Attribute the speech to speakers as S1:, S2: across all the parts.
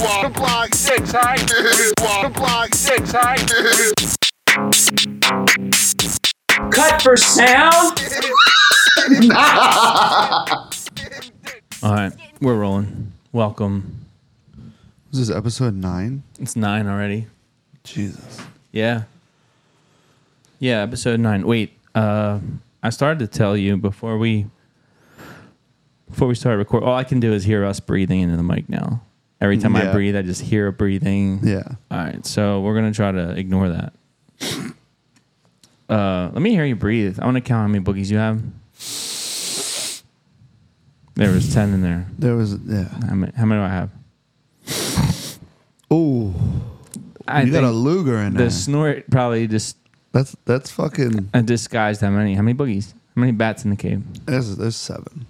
S1: block six high. Block block six high.
S2: Cut for sound.
S3: All right, we're rolling. Welcome.
S4: This is episode nine.
S3: It's nine already.
S4: Jesus.
S3: Yeah. Yeah, episode nine. Wait, uh, I started to tell you before we before we started record. All I can do is hear us breathing into the mic now. Every time I
S4: Yeah.
S3: breathe, I just hear a breathing.
S4: Yeah.
S3: All right, so we're gonna try to ignore that. Uh, let me hear you breathe. I want to count how many boogies you have. There was ten in there.
S4: There was yeah.
S3: How many, how many do I have?
S4: Oh,
S3: I
S4: you got a
S3: think
S4: Luger in
S3: the
S4: there.
S3: snort probably just
S4: that's that's fucking.
S3: I disguised how many? How many boogies? How many bats in the cave?
S4: There's there's seven.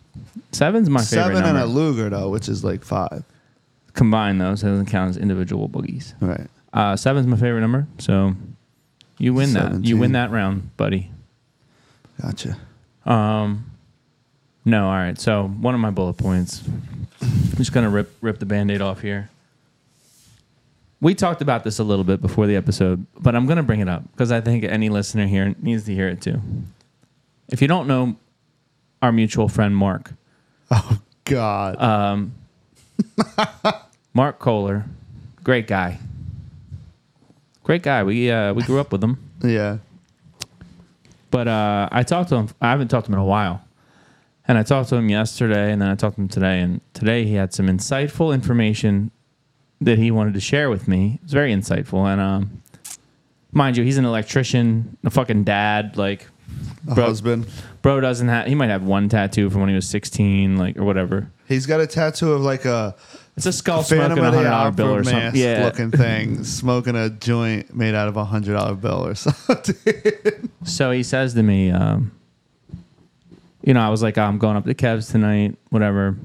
S3: Seven's my favorite
S4: Seven and
S3: number.
S4: a Luger though, which is like five.
S3: Combine those, so it doesn't count as individual boogies.
S4: Right.
S3: Uh, seven's my favorite number, so you win that. You win
S4: Seventeen.
S3: that round, buddy.
S4: Gotcha.
S3: Um, no, all right. So one of my bullet points. I'm just gonna rip rip the band-aid off here. We talked about this a little bit before the episode, but I'm gonna bring it up because I think any listener here needs to hear it too. If you don't know our mutual friend Mark,
S4: God.
S3: Um, Mark Kohler, great guy. Great guy. We uh, we grew up with him,
S4: yeah.
S3: but uh, I talked to him. I haven't talked to him in a while, and I talked to him yesterday, and then I talked to him today. And today he had some insightful information that he wanted to share with me. It was very insightful, and um, mind you, he's an electrician, a fucking dad, like
S4: A
S3: Bro-
S4: husband.
S3: bro doesn't have. He might have one tattoo from when he was sixteen, like or whatever.
S4: He's got a tattoo of like a
S3: It's a skull
S4: Phantom
S3: smoking a
S4: of
S3: hundred
S4: the
S3: dollar
S4: Opera
S3: bill or
S4: mask
S3: something. Yeah,
S4: looking thing, smoking a joint made out of a hundred dollar bill or something.
S3: So he says to me, um, you know, I was like, oh, I'm going up to Kev's tonight, whatever.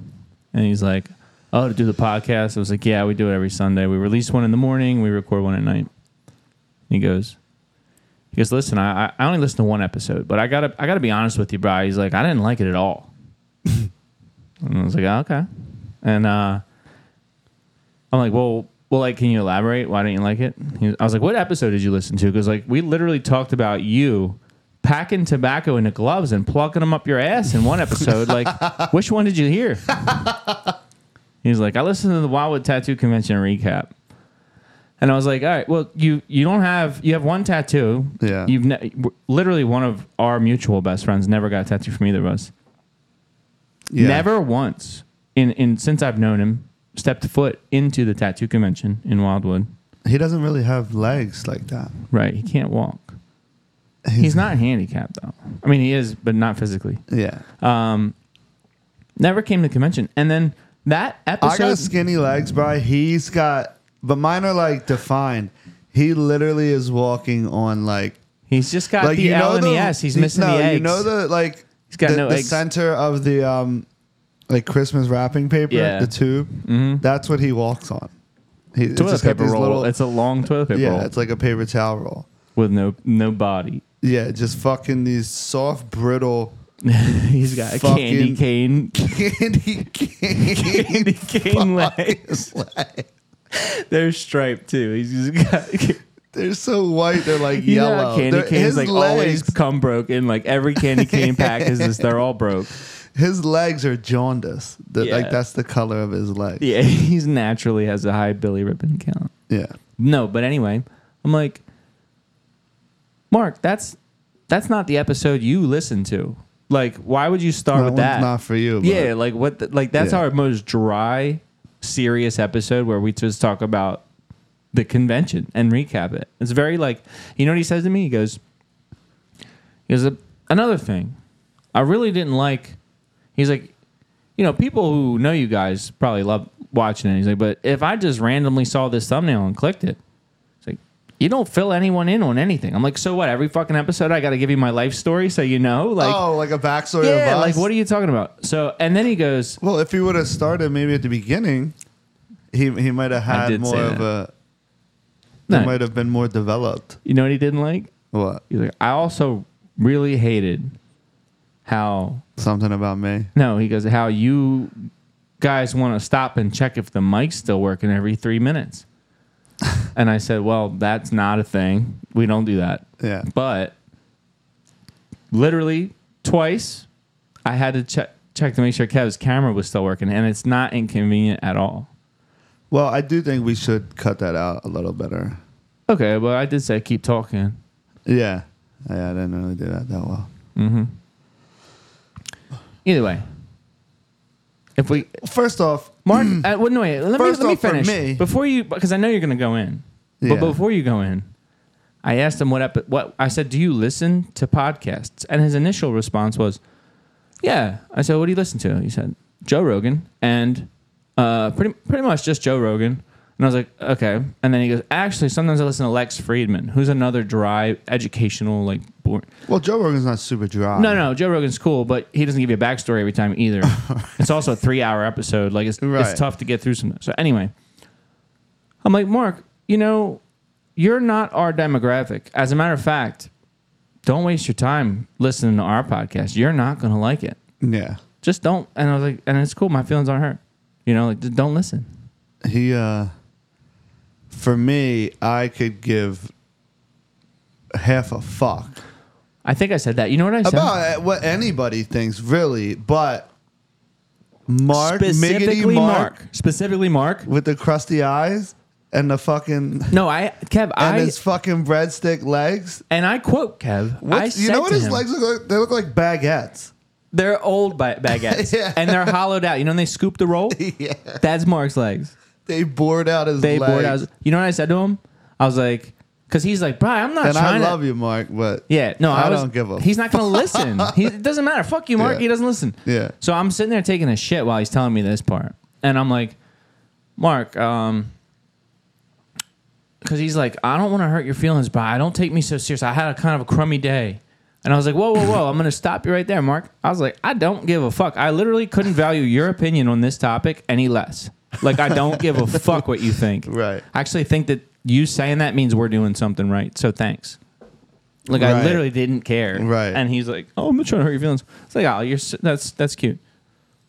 S3: And he's like, oh, to do the podcast. I was like, yeah, we do it every Sunday. We release one in the morning, we record one at night. And he goes, he goes, listen, I, I- I only listened to one episode, but I gotta I gotta be honest with you, bro. He's like, I didn't like it at all. and I was like, oh, okay. And uh, I'm like, well, well, like, can you elaborate? Why didn't you like it? He was- I was like, what episode did you listen to? Because like, we literally talked about you packing tobacco into gloves and plucking them up your ass in one episode. like, which one did you hear? He's like, I listened to the Wildwood Tattoo Convention recap. And I was like, all right, well, you you don't have you have one tattoo.
S4: Yeah.
S3: You've ne- w- literally one of our mutual best friends never got a tattoo from either of us.
S4: Yeah.
S3: Never once in, in since I've known him stepped foot into the tattoo convention in Wildwood.
S4: He doesn't really have legs like that.
S3: Right, he can't walk. He's not handicapped though. I mean, he is, but not physically.
S4: Yeah.
S3: Never came to convention, and then that
S4: I got
S3: episode.
S4: skinny legs, bro. He's got, but mine are like defined. He literally is walking on like,
S3: He's just got
S4: like
S3: the L and the, S. He's missing
S4: no,
S3: the eggs.
S4: You know the like,
S3: He's got
S4: the,
S3: no
S4: the
S3: eggs.
S4: center of the um, like Christmas wrapping paper,
S3: Yeah.
S4: the tube. That's what he walks on. He, it's
S3: toilet
S4: just got
S3: paper
S4: these
S3: roll.
S4: little-
S3: it's a long toilet paper
S4: yeah,
S3: roll
S4: it's like a paper towel roll.
S3: with no no body.
S4: Yeah, just fucking these soft, brittle
S3: He's got a candy
S4: Fucking-
S3: cane,
S4: candy cane
S3: candy cane legs.
S4: legs.
S3: They're striped too. He's just got
S4: They're so white. They're like
S3: You know how
S4: yellow.
S3: candy
S4: They're-
S3: canes
S4: his
S3: like always
S4: legs
S3: come broken. Like every candy cane pack is this. They're all broke.
S4: His legs are jaundiced. The-
S3: Yeah.
S4: Like that's the color of his legs.
S3: Yeah, he's naturally has a high Billy Ribbon count.
S4: Yeah.
S3: No, but anyway, I'm like, Mark, that's that's not the episode you listen to. Like, why would you start
S4: That
S3: with
S4: one's
S3: that?
S4: not for you. but-
S3: yeah, like what? The, like that's
S4: Yeah.
S3: our most dry, serious episode where we just talk about the convention and recap it. It's very like you know what he says to me. He goes, he goes another thing. I really didn't like. He's like, you know, people who know you guys probably love watching it. He's like, but if I just randomly saw this thumbnail and clicked it, it's like. You don't fill anyone in on anything. I'm like, so what? Every fucking episode, I got to give you my life story, so you know. Like,
S4: oh, like a backstory
S3: yeah,
S4: of us.
S3: like what are you talking about? So, and then he goes,
S4: well, if he would have started maybe at the beginning, he he might have had
S3: did say
S4: more of a.
S3: No.
S4: He might have been more developed.
S3: you know what he didn't like?
S4: What?
S3: He's like, I also really hated how
S4: Something about me.
S3: no, he goes how you guys want to stop and check if the mic's still working every three minutes. And I said, well, that's not a thing. We don't do that.
S4: Yeah.
S3: But literally twice, I had to check check to make sure Kev's camera was still working, and it's not inconvenient at all.
S4: Well, I do think we should cut that out a little better.
S3: Okay, but I did say keep talking.
S4: Yeah. Yeah, I didn't really do that that well.
S3: Either way, if we
S4: First off,
S3: Mark, uh, well, no, wait, let me
S4: Mm. First
S3: let me
S4: off, for
S3: finish
S4: me-
S3: before you because I know you're gonna go in.
S4: Yeah.
S3: But before you go in, I asked him what ep- what I said. Do you listen to podcasts? And his initial response was, "Yeah." I said, "What do you listen to?" He said, "Joe Rogan," and uh, pretty pretty much just Joe Rogan. And I was like, "Okay." And then he goes, "Actually, sometimes I listen to Lex Friedman, who's another dry educational like." Boring.
S4: well, Joe Rogan's not super dry.
S3: No, no, Joe Rogan's cool, but he doesn't give you a backstory every time either. it's also a three-hour episode. Like it's
S4: Right.
S3: it's tough to get through sometimes. So anyway, I'm like Mark, you know, you're not our demographic. As a matter of fact, don't waste your time listening to our podcast. You're not gonna like it.
S4: Yeah.
S3: Just don't. And I was like, and it's cool. My feelings aren't hurt. You know, like just don't listen.
S4: He uh for me, I could give half a fuck
S3: I think I said that. You know what I said?
S4: about what anybody thinks really, but Mark Miggity
S3: specifically,
S4: Mark,
S3: Specifically, Mark.
S4: with the crusty eyes and the fucking
S3: No, I Kev.
S4: and
S3: I
S4: his fucking breadstick legs.
S3: and I quote Kev. I
S4: What's, you
S3: said
S4: know what
S3: to
S4: his
S3: him-
S4: legs look like? They look like baguettes.
S3: They're old ba- baguettes,
S4: Yeah.
S3: and they're hollowed out. You know, when they scoop the roll.
S4: Yeah.
S3: That's Mark's legs.
S4: They bored out his
S3: They
S4: legs.
S3: bored. I was, you know what I said to him? I was like, because he's like, Brian, I'm not
S4: and I
S3: trying
S4: love
S3: to.
S4: you, Mark, but
S3: Yeah, no, I,
S4: I
S3: was,
S4: don't give a
S3: He's not gonna listen. he, it doesn't matter. Fuck you, Mark.
S4: Yeah.
S3: He doesn't listen.
S4: Yeah.
S3: So I'm sitting there taking a shit while he's telling me this part, and I'm like, Mark, um, because he's like, I don't want to hurt your feelings, but I don't take me so serious. I had a kind of a crummy day. And I was like, whoa, whoa, whoa, I'm going to stop you right there, Mark. I was like, I don't give a fuck. I literally couldn't value your opinion on this topic any less. Like, I don't give a fuck what you think.
S4: Right.
S3: I actually think that you saying that means we're doing something right. So thanks. Like, I
S4: Right.
S3: literally didn't care.
S4: Right.
S3: And he's like, oh, I'm not trying to hurt your feelings. It's like, oh, you're, s- that's, that's cute.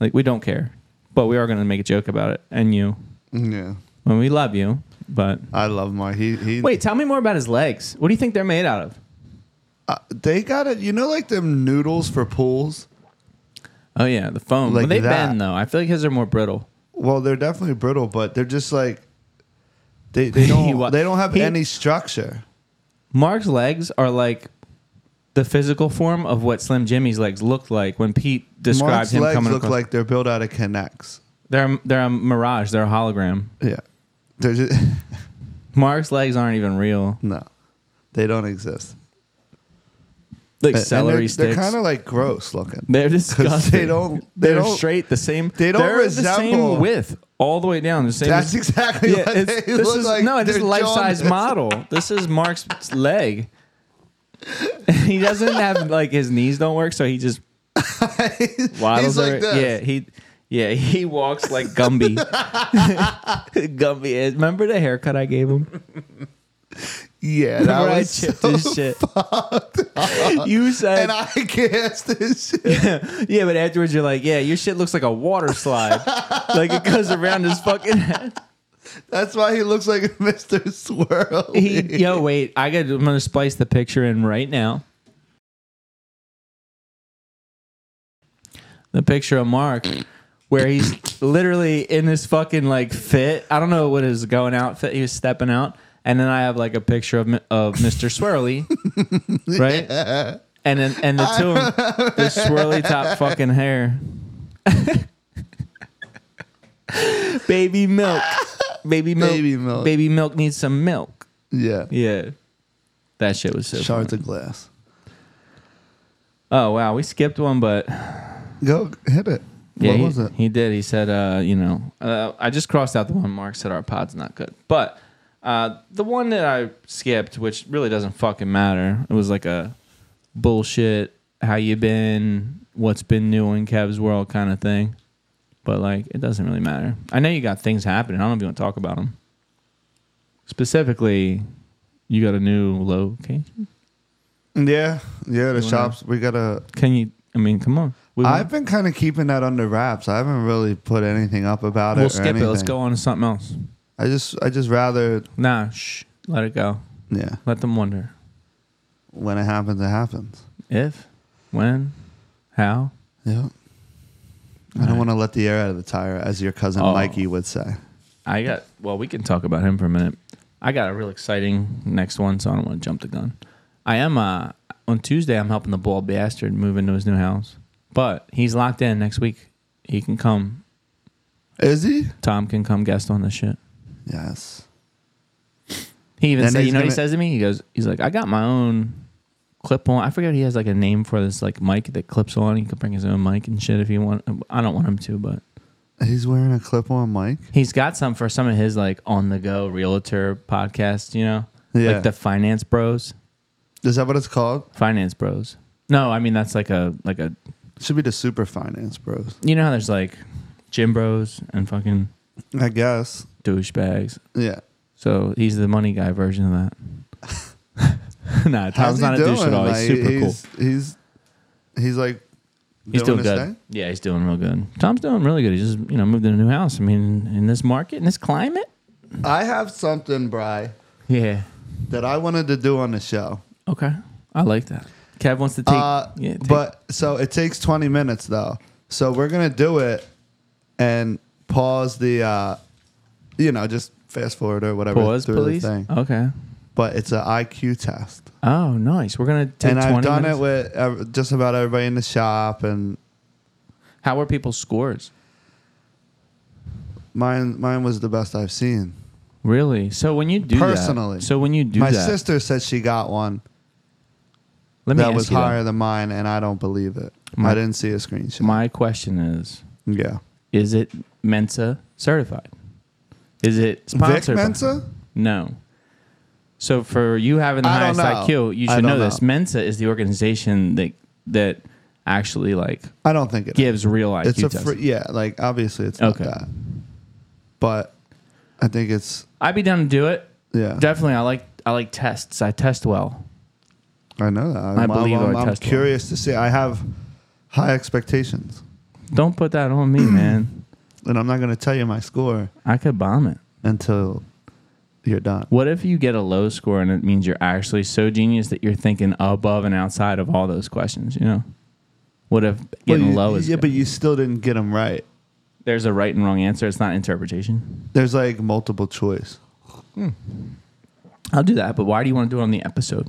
S3: Like, we don't care, but we are going to make a joke about it. And you,
S4: yeah.
S3: when we love you, but
S4: I love Mark. He he.
S3: Wait, tell me more about his legs. What do you think they're made out of?
S4: uh, they got it. You know, like them noodles for pools.
S3: Oh yeah, the foam.
S4: Like
S3: Well, they
S4: that.
S3: bend though. I feel like his are more brittle.
S4: Well, they're definitely brittle, but they're just like they they don't
S3: wa-
S4: they don't have
S3: he-
S4: any structure.
S3: Mark's legs are like the physical form of what Slim Jimmy's legs looked like when Pete described
S4: Mark's
S3: him
S4: legs
S3: coming
S4: look
S3: across.
S4: like they're built out of Connects.
S3: they're they're a mirage. They're a hologram.
S4: Yeah, they're just
S3: Mark's legs aren't even real.
S4: no, they don't exist.
S3: Like
S4: And
S3: celery
S4: they're,
S3: sticks.
S4: They're kind of like gross looking.
S3: They're disgusting.
S4: they don't- they
S3: are
S4: don't-
S3: straight the same.
S4: they don't
S3: they're the
S4: resemble-
S3: same width all the way down. The same.
S4: That's exactly
S3: yeah,
S4: what
S3: it's,
S4: they
S3: this
S4: look
S3: is
S4: like.
S3: no, this is
S4: They're
S3: a life size
S4: jaundiced.
S3: model. This is Mark's leg. he doesn't have like his knees don't work, so he just waddles.
S4: He's like
S3: over-
S4: this.
S3: Yeah, he yeah he walks like Gumby. Gumby is. Remember the haircut I gave him?
S4: Yeah, that
S3: Where I
S4: was
S3: chipped
S4: so-
S3: his shit. you said
S4: and I cast this shit.
S3: yeah, but afterwards you're like, yeah, your shit looks like a water slide. like it goes around his fucking head.
S4: That's why he looks like Mr. Swirl.
S3: He, yo, wait, I got. I'm gonna splice the picture in right now. The picture of Mark, where he's literally in this fucking like fit. I don't know what his going out fit. He was stepping out, and then I have like a picture of mi- of Mr. Swirly, right? And then and the two, of 'em, the swirly top fucking hair, baby milk, baby milk,
S4: Baby milk.
S3: baby milk needs some milk.
S4: yeah.
S3: Yeah. That shit was so
S4: Shards of glass.
S3: Oh wow, we skipped one, but
S4: Go hit it.
S3: yeah,
S4: what
S3: he,
S4: was it?
S3: he did. He said, uh, you know, uh, I just crossed out the one Mark said our pod's not good, but uh, the one that I skipped, which really doesn't fucking matter, it was like a bullshit. How you been? What's been new in Kev's world, kind of thing. But like, it doesn't really matter. I know you got things happening. I don't know if you want to talk about them. Specifically, you got a new location.
S4: yeah, yeah. The shops. We gotta.
S3: Can you? I mean, come on. We
S4: I've been kind of keeping that under wraps. I haven't really put anything up about it.
S3: We'll
S4: or
S3: skip it. Let's
S4: anything.
S3: go on to something else.
S4: I just I just rather
S3: Nah, shh. Let it go.
S4: yeah.
S3: Let them wonder.
S4: When it happens, it happens.
S3: If, when, how.
S4: Yeah. I don't want to let the air out of the tire, as your cousin
S3: Oh.
S4: Mikey would say.
S3: I got, well, we can talk about him for a minute. I got a real exciting next one, so I don't want to jump the gun. I am, uh, on Tuesday, I'm helping the bald bastard move into his new house, but he's locked in next week. He can come.
S4: Is he?
S3: Tom can come guest on this shit.
S4: Yes.
S3: He even
S4: Then
S3: said, you
S4: he's
S3: know what he
S4: gonna-
S3: says to me? He goes, he's like, I got my own clip on. I forget he has like a name for this like mic that clips on. He could bring his own mic and shit if he want. I don't want him to, but
S4: He's wearing a clip-on mic.
S3: he's got some for some of his like on the go realtor podcast. You know,
S4: Yeah.
S3: like the Finance Bros.
S4: Is that what it's called?
S3: Finance Bros. No, I mean that's like a like a
S4: Should be the Super Finance Bros.
S3: you know how there's like gym bros and fucking
S4: I guess.
S3: douchebags.
S4: Yeah.
S3: So he's the money guy version of that. nah,
S4: How's
S3: Tom's not
S4: he
S3: a douche at
S4: doing?
S3: all.
S4: Like,
S3: he's super cool.
S4: he's, He's he's like
S3: He's doing
S4: doing his
S3: good.
S4: thing?
S3: Yeah, he's doing real good. Tom's doing really good. He just, you know, moved in a new house. I mean, in this market, in this climate.
S4: I have something, Bry,
S3: Yeah.
S4: that I wanted to do on the show.
S3: Okay. I like that. Kev wants to take.
S4: uh,
S3: yeah, take-
S4: but so it takes 20 minutes though. So we're gonna do it and pause the, uh, you know, just fast forward or whatever
S3: pause,
S4: through
S3: please. Uh-huh.
S4: the thing.
S3: Okay.
S4: But it's an IQ test,
S3: Oh, nice. We're gonna take. 20
S4: and I've done
S3: minutes.
S4: it with ev- just about everybody in the shop, and
S3: How were people's scores?
S4: mine mine was the best I've seen.
S3: Really? So when you do that-
S4: Personally.
S3: so when you do
S4: My
S3: that,
S4: sister said she got one
S3: let me
S4: that
S3: ask
S4: was
S3: you though.
S4: higher than mine, and I don't believe it. I
S3: My-
S4: didn't see a screenshot.
S3: My question is:
S4: yeah,
S3: Is it Mensa certified? Is it sponsored?
S4: Vic
S3: by-
S4: Mensa.
S3: No. So for you having the
S4: I
S3: highest
S4: don't know.
S3: IQ, you
S4: I
S3: should know
S4: don't
S3: this.
S4: know.
S3: Mensa is the organization that that actually like
S4: I don't think it.
S3: gives real IQ
S4: it's a
S3: tests.
S4: free, yeah, like obviously it's
S3: Okay.
S4: not that, but I think it's
S3: I'd be down to do it.
S4: yeah.
S3: Definitely, I like I like tests. I test well.
S4: I know that. I'm,
S3: believe our
S4: I'm, I'm
S3: test will.
S4: curious to see. I have high expectations,
S3: Don't put that on me, man.
S4: and I'm not going to tell you my score
S3: I could bomb it.
S4: until you're done.
S3: What if you get a low score and it means you're actually so genius that you're thinking above and outside of all those questions? You know, what if getting
S4: Well, you-
S3: low is
S4: yeah,
S3: good?
S4: but you still didn't get them right.
S3: there's a right and wrong answer. It's not interpretation.
S4: There's like multiple choice
S3: I'll do that, but why do you want to do it on the episode?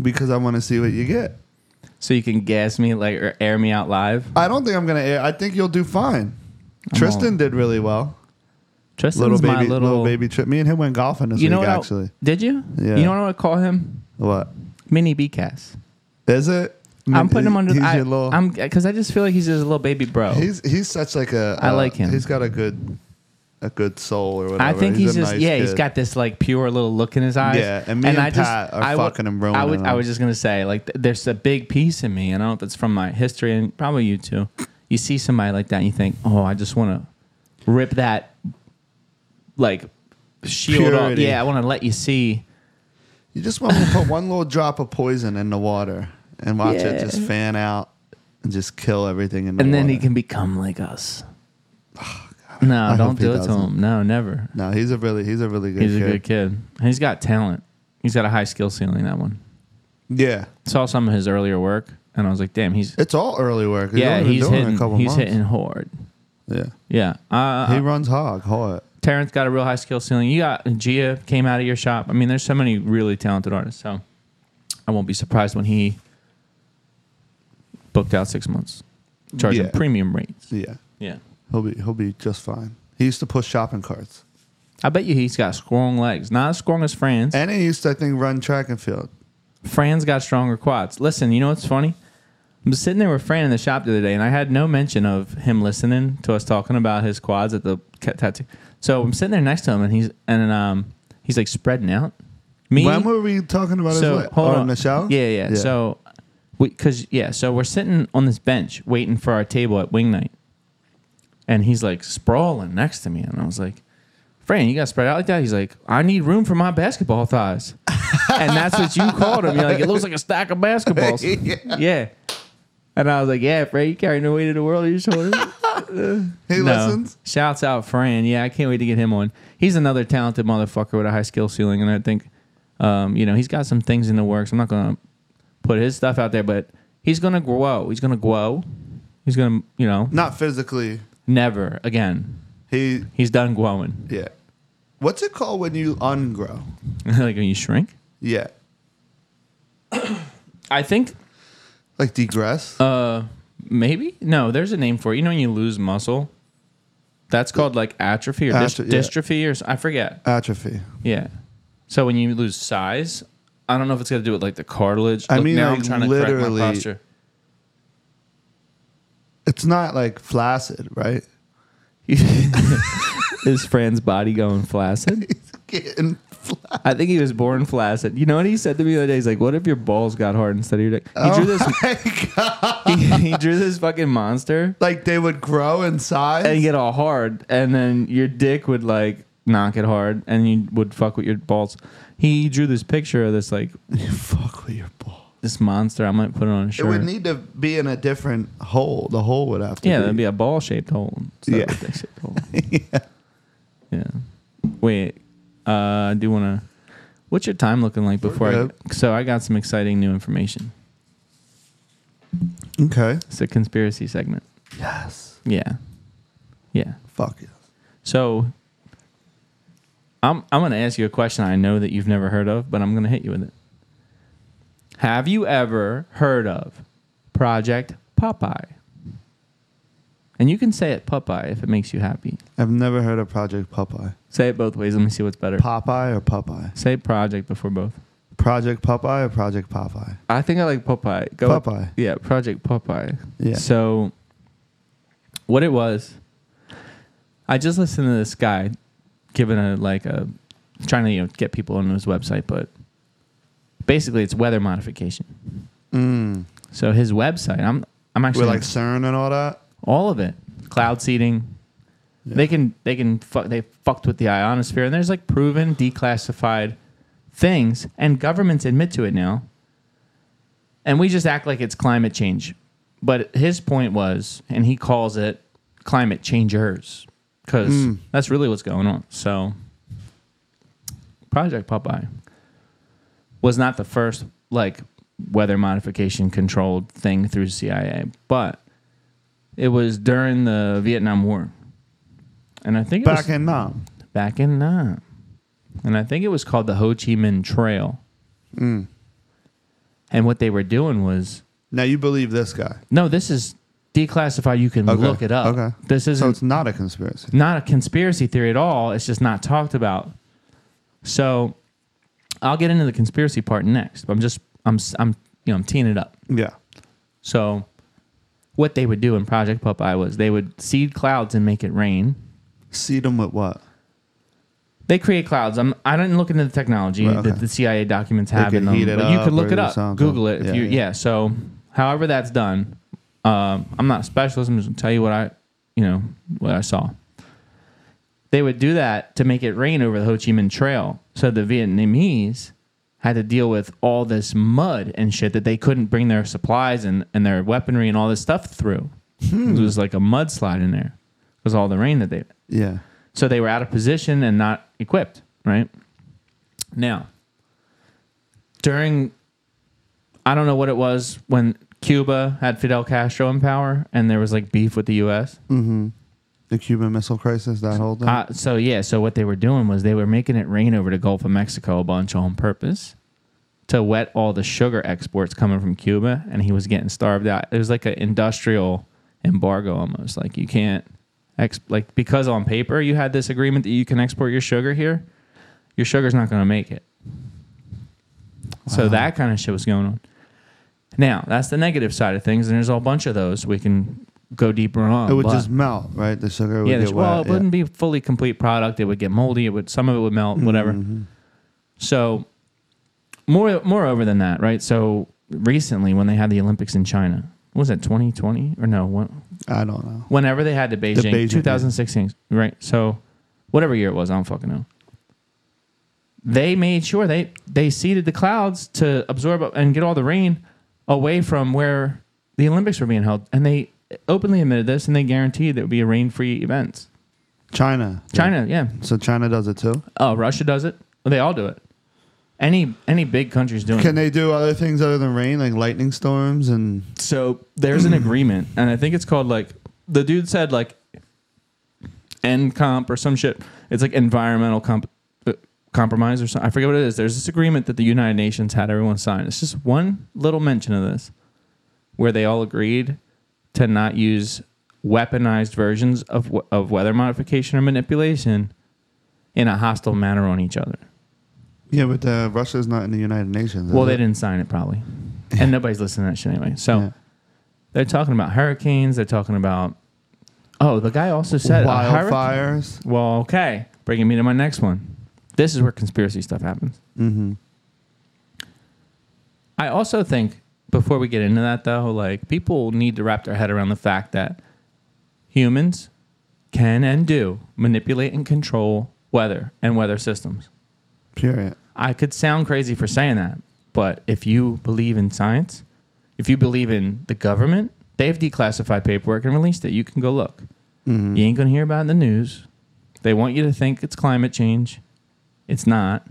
S4: because I want to see what you get.
S3: so you can gas me like or air me out live.
S4: I don't think I'm going to air. I think you'll do fine. Tristan
S3: all-
S4: did really well.
S3: Tristan's
S4: Little
S3: my
S4: baby,
S3: little,
S4: little, baby trip. Me and him went golfing this
S3: You know
S4: week.
S3: what? I-
S4: Actually,
S3: did you?
S4: Yeah.
S3: You know what I would call him?
S4: what?
S3: Mini BCAS.
S4: Is it?
S3: I'm putting him under.
S4: He's
S3: the I,
S4: your little-
S3: I'm because I just feel like he's just a little baby bro.
S4: he's he's such like a.
S3: I
S4: uh,
S3: like him.
S4: He's got a good, a good soul or whatever.
S3: I think he's,
S4: a
S3: just
S4: nice
S3: yeah. He's
S4: kid.
S3: got this like pure little look in his eyes.
S4: Yeah, and me and
S3: I just-
S4: Pat are
S3: I would-
S4: fucking him ruining
S3: I would, I
S4: him.
S3: was just gonna say like th- there's a big piece in me. and I don't know if it's from my history and probably you too. You see somebody like that and you think, oh, I just want to rip that like shield off.
S4: Purity.
S3: Yeah, I want to let you see.
S4: You just want to put one little drop of poison in the water and watch it just fan out and just kill everything in the
S3: and then he
S4: water.
S3: can become like us. no,
S4: Oh, hope
S3: don't
S4: he
S3: do it to
S4: doesn't.
S3: him. No, never.
S4: No, he's a really he's a really good.
S3: He's
S4: kid.
S3: a good kid. And He's got talent. He's got a high skill ceiling. That one.
S4: Yeah,
S3: Saw some of his earlier work, and I was like, damn, he's
S4: it's all early work. He's
S3: yeah,
S4: only been
S3: he's
S4: doing it
S3: hitting,
S4: A couple
S3: he's
S4: months.
S3: hitting hard.
S4: Yeah,
S3: Yeah, uh,
S4: he runs hog hard.
S3: Terrence got a real high skill ceiling. You got Gia came out of your shop. I mean, there's so many really talented artists. So I won't be surprised when he booked out six months, charging
S4: Yeah.
S3: premium rates.
S4: Yeah,
S3: Yeah,
S4: he'll be he'll be just fine. He used to push shopping carts,
S3: I bet you he's got strong legs. Not as strong as Franz.
S4: and he used to I think run track and field.
S3: Fran's got stronger quads. Listen, you know what's funny? I'm sitting there with Fran in the shop the other day, and I had no mention of him listening to us talking about his quads at the ca- tattoo. So I'm sitting there next to him, and he's and um he's like spreading out. Me,
S4: When were we talking about his
S3: so
S4: leg?
S3: hold
S4: Oh,
S3: on,
S4: in the shower?
S3: Yeah, yeah. So, because yeah, so we're sitting on this bench waiting for our table at wing night, and he's like sprawling next to me, and I was like, "Fran, you got spread out like that?" He's like, "I need room for my basketball thighs," and that's what you called him. You're like, "It looks like a stack of basketballs." yeah. And I was like, "Yeah, Fran, you carrying the weight of the world on your shoulders."
S4: He listens.
S3: Shouts out Fran. Yeah, I can't wait to get him on. He's another talented motherfucker with a high skill ceiling, and I think, um, you know, he's got some things in the works. I'm not gonna put his stuff out there, but he's gonna grow. He's gonna grow. He's gonna, you know,
S4: Not physically.
S3: never again.
S4: He
S3: He's done growing.
S4: yeah. What's it called when you ungrow?
S3: like when you shrink,
S4: Yeah.
S3: I think
S4: Like degress.
S3: Uh, maybe no. There's a name for it. You know when you lose muscle, that's called like atrophy or dys-
S4: Atro- yeah.
S3: dystrophy or s- I forget.
S4: Atrophy.
S3: Yeah. So when you lose size, I don't know if it's got to do with like the cartilage.
S4: I
S3: Look,
S4: mean,
S3: now
S4: like,
S3: I'm trying to correct
S4: literally-
S3: my posture.
S4: It's not like flaccid, right?
S3: Is Fran's body going flaccid?
S4: He's getting flaccid.
S3: I think he was born flaccid. You know what he said to me the other day? He's like, "What if your balls got hard instead of your dick?" He drew this. he drew this fucking monster.
S4: Like they would grow in size.
S3: and get all hard, and then your dick would like knock it hard, and you would fuck with your balls. He drew this picture of this like
S4: fuck with your ball.
S3: this monster. I might put it on a
S4: It
S3: shirt.
S4: would need to be in a different hole. The hole would have to
S3: yeah,
S4: be.
S3: that'd be a ball shaped hole. instead of
S4: Yeah.
S3: a dick-shaped hole. yeah. Wait, uh, I do want to. What's your time looking like before?
S4: good.
S3: I, so I got some exciting new information.
S4: Okay.
S3: It's a conspiracy segment.
S4: Yes.
S3: Yeah, yeah.
S4: Fuck it.
S3: So I'm I'm gonna ask you a question I know that you've never heard of, but I'm gonna hit you with it. Have you ever heard of Project Popeye? And you can say it Popeye if it makes you happy.
S4: I've never heard of Project Popeye.
S3: Say it both ways. Let me see what's better.
S4: Popeye or Popeye?
S3: say project before both.
S4: Project Popeye or Project Popeye?
S3: I think I like Popeye. Go with-
S4: Popeye.
S3: yeah, Project Popeye.
S4: Yeah.
S3: So, what it was, I just listened to this guy giving a like a trying to you know, get people on his website, but basically it's weather modification.
S4: Mm.
S3: So his website, I'm I'm actually
S4: With like CERN and all that?
S3: all of it, cloud seeding. They can they can fu- they fucked with the ionosphere, and there's like proven declassified things, and governments admit to it now. And we just act like it's climate change, but his point was, and he calls it climate changers, because that's really what's going on. So, Project Popeye was not the first like weather modification controlled thing through CIA, but it was during the Vietnam War, and I think it
S4: Back
S3: was
S4: in Nam.
S3: back in Nam, and I think it was called the Ho Chi Minh Trail.
S4: Mm.
S3: And what they were doing was
S4: Now you believe this guy.
S3: no, this is declassified. You can
S4: Okay,
S3: look it up.
S4: okay.
S3: This
S4: So
S3: isn't
S4: it's not a conspiracy.
S3: not a conspiracy theory at all. It's just not talked about. So I'll get into the conspiracy part next. But I'm just I'm I'm you know I'm teeing it up.
S4: Yeah.
S3: So what they would do in Project Popeye was they would seed clouds and make it rain.
S4: Seed them with what?
S3: They create clouds. I'm, I didn't look into the technology
S4: Right, okay.
S3: that the CIA documents have
S4: could
S3: in them,
S4: heat it
S3: but you
S4: up
S3: could look
S4: or
S3: it up,
S4: something.
S3: Google it. If
S4: Yeah,
S3: you,
S4: yeah.
S3: yeah. So, however that's done, um, I'm not a specialist. I'm just gonna tell you what I, you know, what I saw. They would do that to make it rain over the Ho Chi Minh Trail, so the Vietnamese had to deal with all this mud and shit that they couldn't bring their supplies and, and their weaponry and all this stuff through.
S4: Hmm.
S3: It was like a mudslide in there because all the rain that they
S4: Yeah.
S3: so they were out of position and not equipped, right? Now, during, I don't know what it was when Cuba had Fidel Castro in power and there was like beef with the U.S.
S4: The Cuban Missile Crisis, that whole thing.
S3: Uh, so, yeah, so what they were doing was they were making it rain over the Gulf of Mexico a bunch on purpose to wet all the sugar exports coming from Cuba and he was getting starved out. It was like an industrial embargo almost. Like, you can't. Ex- like because on paper you had this agreement that you can export your sugar here, your sugar's not going to make it. So that kind of shit was going on. Now that's the negative side of things, and there's a whole bunch of those we can go deeper on.
S4: it would
S3: but-
S4: just melt, right? The sugar would
S3: yeah,
S4: get
S3: there's- well, it
S4: wet. yeah.
S3: wouldn't be fully complete product. It would get moldy. It would some of it would
S4: Mm-hmm,
S3: melt, whatever. So more moreover than that, right? So recently when they had the Olympics in China, what was that 2020 or no? What,
S4: I don't know.
S3: whenever they had to Beijing,
S4: Beijing, yeah.
S3: 2016, right? So, whatever year it was, I don't fucking know. They made sure they they seeded the clouds to absorb and get all the rain away from where the Olympics were being held, and they openly admitted this, and they guaranteed there would be a rain-free events.
S4: China.
S3: China, yeah.
S4: So China does it too.
S3: Oh, Russia does it. They all do it. Any any big country's doing
S4: Can
S3: it.
S4: they do other things other than rain, like lightning storms and
S3: So there's an agreement, and I think it's called like the dude said like end comp or some shit. It's like environmental comp uh, compromise or something. I forget what it is. There's this agreement that the United Nations had everyone sign. It's just one little mention of this, where they all agreed to not use weaponized versions of w- of weather modification or manipulation in a hostile manner on each other.
S4: yeah, but uh, Russia's not in the United Nations. is
S3: Well, they
S4: it?
S3: didn't sign it probably, and nobody's listening to that shit anyway. So
S4: Uh-huh. Yeah.
S3: they're talking about hurricanes. They're talking about oh, the guy also said a hurricane-
S4: wildfires.
S3: Well, okay, bringing me to my next one. This is where conspiracy stuff happens. Mm-hmm. I also think before we get into that though, like people need to wrap their head around the fact that humans can and do manipulate and control weather and weather systems.
S4: Period.
S3: I could sound crazy for saying that, but if you believe in science, if you believe in the government, they've declassified paperwork and released it. You can go look.
S4: Mm-hmm.
S3: You ain't gonna hear about it in the news. They want you to think it's climate change. It's not.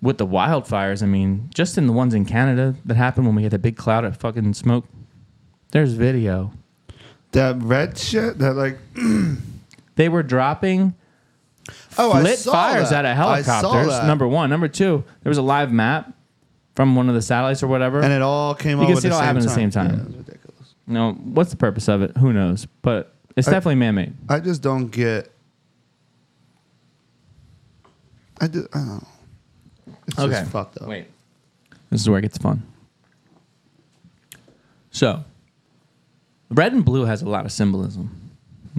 S3: With the wildfires, I mean, just in the ones in Canada that happened when we had the big cloud of fucking smoke, there's video.
S4: That red shit. That like
S3: They were dropping
S4: oh, I
S3: lit
S4: saw
S3: fires out
S4: that.
S3: of
S4: I saw
S3: helicopters.
S4: that.
S3: Number one. Number two, there was a live map from one of the satellites or whatever.
S4: and it all came.
S3: You
S4: up
S3: can
S4: at
S3: see it all happen at the same time.
S4: Yeah, it was ridiculous.
S3: No, what's the purpose of it? Who knows? But it's definitely man-made.
S4: I just don't get. I, do, I don't know. It's
S3: Okay.
S4: just fucked up.
S3: Wait, this is where it gets fun. So, red and blue has a lot of symbolism.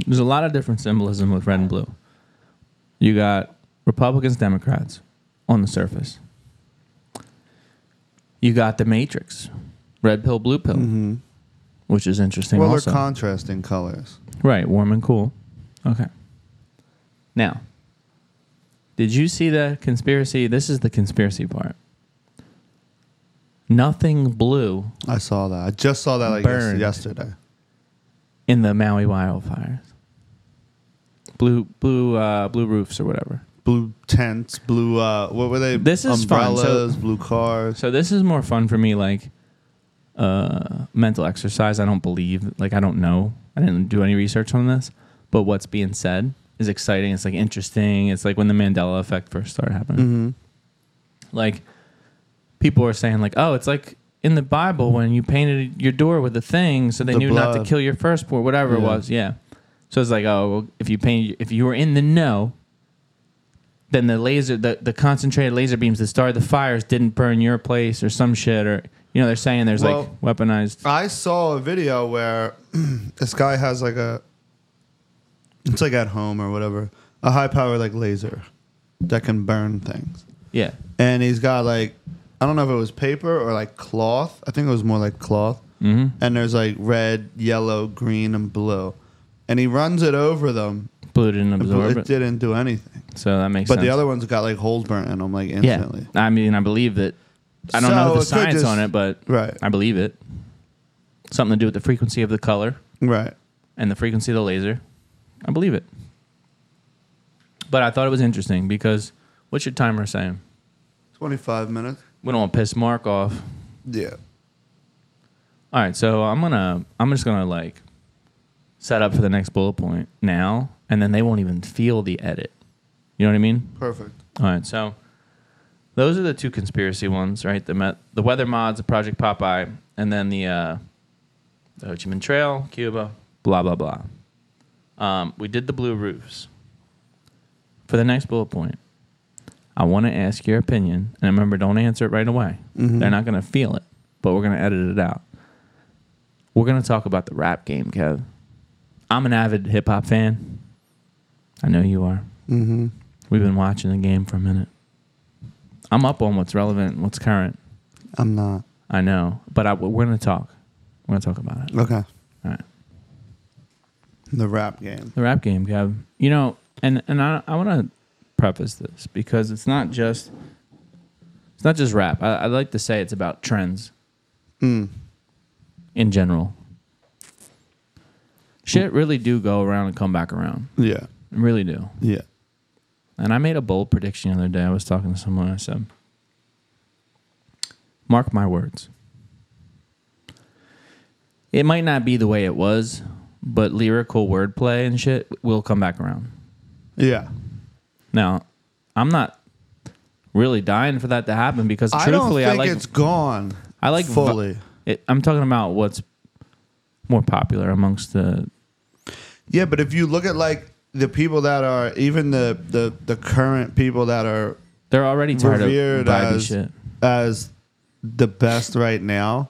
S3: There's a lot of different symbolism with red and blue. You got Republicans, Democrats on the surface. You got the Matrix, red pill, blue pill, which is interesting.
S4: Mm-hmm. Well,
S3: also.
S4: they're contrasting colors.
S3: Right, warm and cool. Okay. Now, did you see the conspiracy? This is the conspiracy part. Nothing blue
S4: I saw that. I just saw that like yes-
S3: Burned.
S4: yesterday.
S3: in the Maui wildfires. Blue, blue, uh, blue roofs or whatever.
S4: Blue tents, blue. Uh, what were they?
S3: This is fun, so-
S4: umbrellas, blue cars.
S3: So this is more fun for me, like uh, mental exercise. I don't believe, like I don't know. I didn't do any research on this, but what's being said is exciting. It's like interesting. It's like when the Mandela effect first started happening.
S4: Mm-hmm.
S3: Like people are saying, like, oh, it's like in the Bible when you painted your door with a thing, so they
S4: The
S3: knew not
S4: blood.
S3: to kill your firstborn, whatever it
S4: Yeah.
S3: was. Yeah. So it's like, oh, well, if you paint, if you were in the know, then the laser the, the concentrated laser beams that started the fires didn't burn your place or some shit or you know they're saying there's
S4: Well-
S3: like weaponized
S4: I saw a video where this guy has like a it's like at home or whatever, a high power like laser that can burn things.
S3: yeah
S4: And he's got like I don't know if it was paper or like cloth. I think it was more like cloth. Mm-hmm. And there's like red, yellow, green, and blue. And he runs it over them,
S3: blue didn't
S4: but
S3: absorb
S4: it
S3: it,
S4: didn't do anything.
S3: so that makes
S4: But
S3: sense
S4: the other one's got like holes burnt in them, like
S3: yeah
S4: instantly.
S3: I mean I believe that I don't know the
S4: So it could
S3: science
S4: just-
S3: on it but
S4: Right,
S3: I believe it something to do with the frequency of the color
S4: right.
S3: and the frequency of the laser I believe it but I thought it was interesting because what's your timer saying
S4: Twenty-five minutes.
S3: we don't want to piss Mark off
S4: Yeah.
S3: All right, so I'm gonna I'm just gonna like set up for the next bullet point now, and then they won't even feel the edit. You know what I mean?
S4: Perfect.
S3: All right, so those are the two conspiracy ones, right? The met, the weather mods, the Project Popeye, and then the uh, the Ho Chi Minh Trail, Cuba, blah blah blah. Um, we did the blue roofs. For the next bullet point, I want to ask your opinion, and remember, don't answer it right away. They're not going to feel it, but we're going to edit it out. We're going to talk about the rap game, Kev. I'm an avid hip hop fan. I know you are.
S4: Mm-hmm.
S3: We've been watching the game for a minute. I'm up on what's relevant, and what's current.
S4: I'm not.
S3: I know, but I, we're going to talk. We're going to talk about it.
S4: Okay.
S3: All right.
S4: The rap game.
S3: The rap game, Kev. You know, and and I I want to preface this because it's not just it's not just rap. I, I like to say it's about trends in general. shit really do go around and come back around.
S4: Yeah.
S3: It really do.
S4: Yeah.
S3: And I made a bold prediction the other day. I was talking to someone. I said, Mark my words. It might not be the way it was, but lyrical wordplay and shit will come back around.
S4: Yeah.
S3: Now, I'm not really dying for that to happen because
S4: I don't
S3: truthfully,
S4: think
S3: I like
S4: it's gone.
S3: I like vi-
S4: fully.
S3: it, I'm talking about what's more popular amongst the
S4: Yeah, but if you look at like the people that are even the the, the current people that are
S3: they're already tired
S4: revered
S3: of vibey
S4: as
S3: shit.
S4: as the best right now,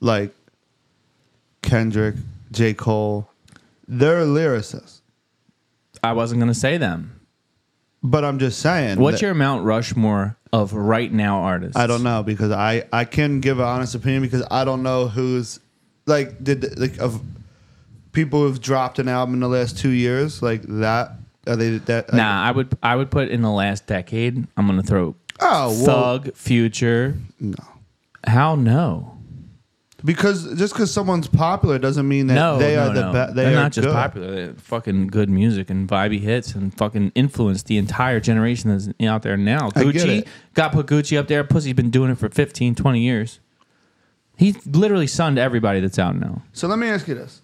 S4: like Kendrick, J. Cole, they're lyricists.
S3: I wasn't gonna say them.
S4: But I'm just saying.
S3: What's
S4: that-
S3: your Mount Rushmore of right now artists?
S4: I don't know because I I can give an honest opinion because I don't know who's like did like of people who've dropped an album in the last two years like that are they that like,
S3: Nah, I would I would put in the last decade. I'm gonna throw
S4: oh well,
S3: Thug, Future.
S4: no
S3: How no?
S4: because just because someone's popular doesn't mean that
S3: no,
S4: they
S3: no,
S4: are the
S3: no.
S4: best they
S3: They're
S4: are
S3: not just
S4: good.
S3: popular. They're fucking good music and vibey hits and fucking influenced the entire generation that's out there now.
S4: I
S3: Gucci
S4: get it.
S3: got put Gucci up there. Pussy's been doing it for 15, 20 years. He literally sunned everybody that's out now.
S4: So let me ask you this.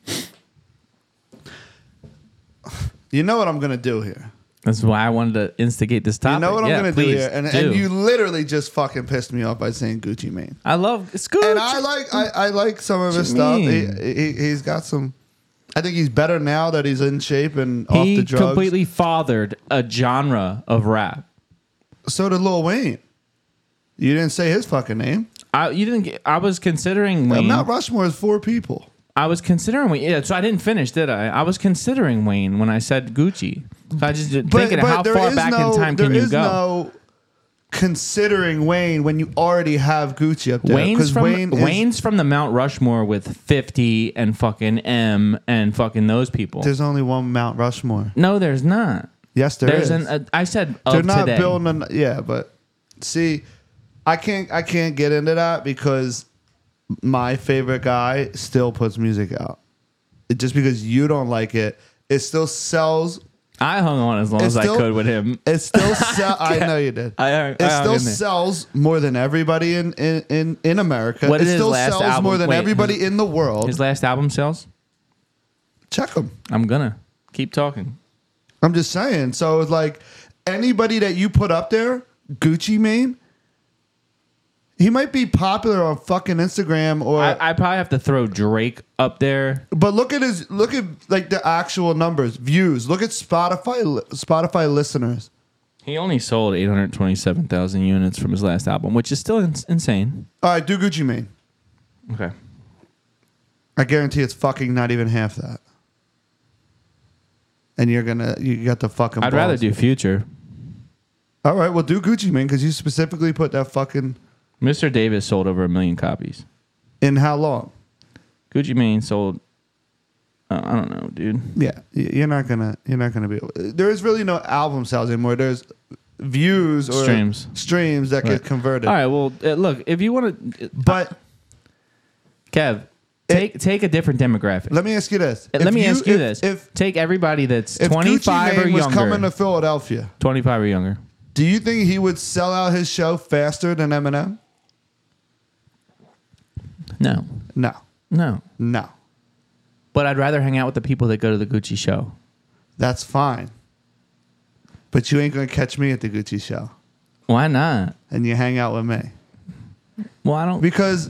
S4: You know what I'm gonna do here.
S3: That's why I wanted to instigate this
S4: You
S3: topic.
S4: know what
S3: Yeah,
S4: I'm gonna
S3: please
S4: do here, and, and
S3: do.
S4: you literally just fucking pissed me off by saying Gucci Mane.
S3: I love it's good.
S4: and I like I, I like some of his stuff. He,
S3: mean?
S4: he he's got some. I think he's better now that he's in shape and off
S3: he
S4: the drugs.
S3: completely fathered a genre of rap.
S4: so did Lil Wayne. You didn't say his fucking name.
S3: I you didn't. Get, I was considering Wayne.
S4: Mount Rushmore is four people.
S3: I was considering Wayne. Yeah, so I didn't finish, did I? I was considering Wayne when I said Gucci. So I just did- thinking, how
S4: there
S3: far
S4: is
S3: back
S4: no-
S3: in time
S4: there
S3: can you
S4: is
S3: go?
S4: No considering Wayne when you already have Gucci up there.
S3: Wayne's
S4: 'cause
S3: from
S4: Wayne is-
S3: Wayne's from the Mount Rushmore with Fifty and fucking M and fucking those people.
S4: There's only one Mount Rushmore.
S3: no, there's not.
S4: Yes, there
S3: there's
S4: is.
S3: an. uh, I said of
S4: They're not
S3: today.
S4: building. An, yeah, but see, I can't. I can't get into that because my favorite guy still puts music out. It, just because you don't like it, it still sells.
S3: I hung on as long
S4: It
S3: as
S4: still-
S3: I could with him.
S4: It still sells. I know you did.
S3: I- I-
S4: it
S3: I
S4: still
S3: understand.
S4: sells more than everybody in in in, in America.
S3: What
S4: it
S3: did his
S4: still
S3: last
S4: sells
S3: album-
S4: more than
S3: wait,
S4: everybody in the world.
S3: His last album sales.
S4: Check them.
S3: I'm gonna keep talking.
S4: I'm just saying. So it's like anybody that you put up there, Gucci Mane, he might be popular on fucking Instagram or.
S3: I, I probably have to throw Drake up there.
S4: but look at his look at like the actual numbers, views. Look at Spotify li- Spotify listeners.
S3: He only sold 827,000 units from his last album, which is still ins insane.
S4: All right, do Gucci Mane.
S3: Okay.
S4: I guarantee it's fucking not even half that. And you're gonna you got the fucking.
S3: I'd rather
S4: balls.
S3: do Future.
S4: All right, well do Gucci Mane because you specifically put that fucking
S3: Mr. Davis sold over a million copies.
S4: in how long?
S3: Gucci Mane sold, uh, I don't know, dude.
S4: Yeah, y- you're not gonna you're not gonna be. Able, there is really no album sales anymore. There's views or
S3: Streams.
S4: streams that
S3: Right.
S4: get converted.
S3: All right, well, uh, look, if you uh, want to,
S4: But
S3: Kev, take take a different demographic.
S4: let me ask you this.
S3: Uh, Let,
S4: If
S3: me ask you
S4: if,
S3: this.
S4: If
S3: take everybody that's
S4: if
S3: 25
S4: Gucci Mane
S3: or
S4: was coming
S3: younger.
S4: to Philadelphia,
S3: 25 or younger.
S4: do you think he would sell out his show faster than Eminem?
S3: No.
S4: No,
S3: No.
S4: no,
S3: But I'd rather hang out with the people that go to the Gucci show.
S4: that's fine. But you ain't gonna catch me at the Gucci show,
S3: Why not?
S4: and you hang out with me
S3: Well, I don't.
S4: because,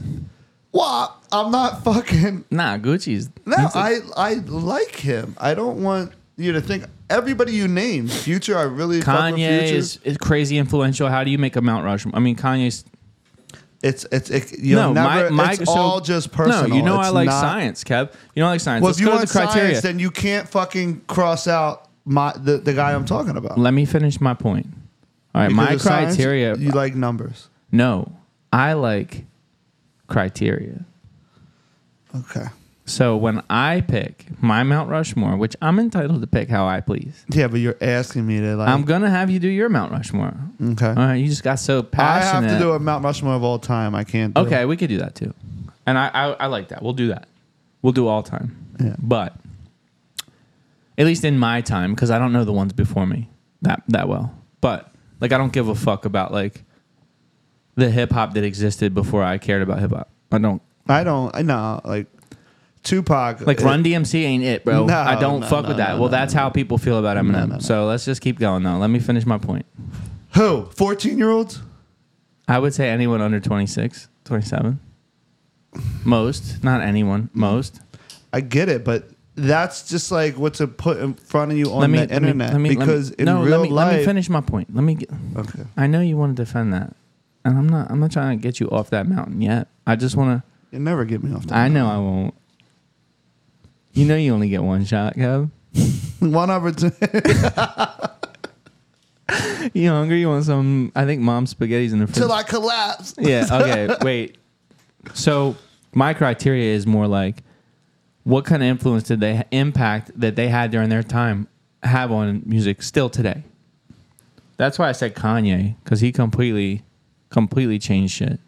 S4: well, I'm not fucking.
S3: Nah, Gucci's.
S4: No,
S3: that's a-
S4: I I like him. I don't want you to think everybody you named Future. I really fuck with
S3: Kanye
S4: Future.
S3: is, is crazy influential. How do you make a Mount Rushmore? I mean, Kanye's
S4: It's it's it, you
S3: no,
S4: know never.
S3: my, my
S4: it's
S3: so-
S4: all just personal.
S3: No, you know
S4: It's
S3: I like
S4: not-
S3: science, Kev. You know I like science.
S4: Well,
S3: Let's
S4: if you
S3: go to
S4: want
S3: the criteria.
S4: science, then you can't fucking cross out my the, the guy I'm talking about.
S3: Let me finish my point. All right,
S4: Because
S3: my
S4: of science,
S3: criteria.
S4: you like numbers.
S3: no, I like criteria.
S4: Okay.
S3: So when I pick my Mount Rushmore, which I'm entitled to pick how I please,
S4: Yeah, but you're asking me to like.
S3: I'm gonna have you do your Mount Rushmore.
S4: okay.
S3: All right, you just got so
S4: Mm. I
S3: passionate.
S4: have to do a Mount Rushmore of all time. I can't. Do
S3: Okay, we could do that too, and I, I I like that. We'll do that. We'll do all time.
S4: Yeah.
S3: But At least in my time, because I don't know the ones before me that that well. But like, I don't give a fuck about like the hip hop that existed before I cared about hip hop. I don't
S4: I don't. I know. Like Tupac.
S3: like Run DMC ain't it, bro.
S4: Uh, No,
S3: I don't
S4: no,
S3: fuck
S4: no,
S3: with that.
S4: no,
S3: well,
S4: no,
S3: that's how people feel about Eminem. So let's just keep going though. Let me finish my point.
S4: uh, Who? Fourteen year olds?
S3: I would say anyone under 26, 27. Most, not anyone, most.
S4: I get it, but that's just like what to put in front of you on
S3: let me,
S4: the internet.
S3: let me, let me,
S4: because
S3: let me,
S4: in
S3: no,
S4: real
S3: let me,
S4: life,
S3: let me finish my point. Let me get,
S4: Okay.
S3: I know you want to defend that. And I'm not I'm not trying to get you off that mountain yet. I just want to
S4: You never get me off. That.
S3: I know I won't. You know you only get one shot, Kev.
S4: One opportunity
S3: You hungry? You want some I think mom's spaghetti's in the fridge.
S4: till I collapse.
S3: Yeah. Okay. wait. So my criteria is more like, what kind of influence did they impact that they had during their time have on music still today? That's why I said Kanye because he completely, completely changed shit.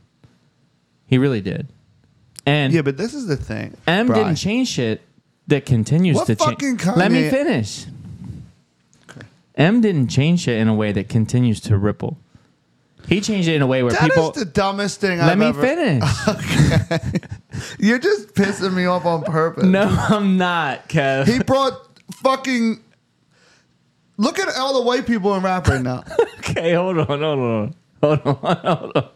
S3: He really did. And
S4: Yeah, but this is the thing.
S3: M
S4: Bri.
S3: didn't change shit that continues
S4: What
S3: to
S4: fucking
S3: change.
S4: Kanye-
S3: Let me finish. M didn't change shit in a way that continues to ripple. He changed it in a way where
S4: That is
S3: people.
S4: the dumbest thing
S3: let
S4: I've
S3: me
S4: ever.
S3: finish.
S4: You're just pissing me off on purpose.
S3: No, I'm not, Kev.
S4: he brought fucking. Look at all the white people in rap right now.
S3: okay, hold on, hold on, hold on, hold on, hold on,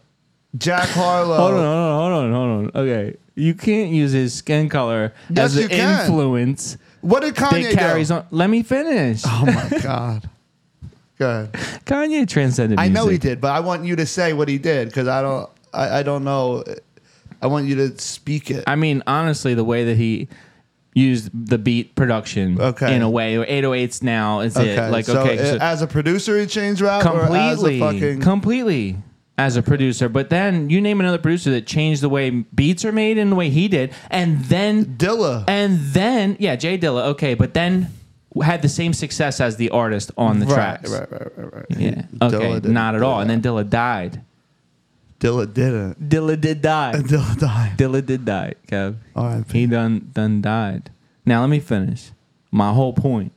S4: Jack Harlow.
S3: hold on, hold on, hold on. Okay, you can't use his skin color
S4: Yes,
S3: as
S4: you
S3: an
S4: can.
S3: influence
S4: What did Kanye
S3: that carries
S4: do?
S3: on. Let me finish.
S4: Oh my god. Good.
S3: Kanye transcended.
S4: I know he
S3: music.
S4: did, but I want you to say what he did because I don't. I, I don't know. I want you to speak it.
S3: I mean, honestly, the way that he used the beat production
S4: Okay.
S3: in a way, or 808s now is it like
S4: so
S3: okay,
S4: i-
S3: so-
S4: as a producer, he changed rap. Or as a
S3: completely,
S4: fucking,
S3: completely as a producer. But then you name another producer that changed the way beats are made and the way he did, and then
S4: Dilla.
S3: and then yeah, Jay Dilla, okay, but then had the same success as the artist on the
S4: right,
S3: tracks.
S4: right, right, right, right.
S3: Yeah. Okay.
S4: didn't
S3: Not at
S4: do
S3: all. And then
S4: that.
S3: Dilla died.
S4: Dilla didn't.
S3: Dilla did die.
S4: And Dilla died.
S3: Dilla did die, Kev.
S4: R.I.P..
S3: He done done died. Now let me finish my whole point,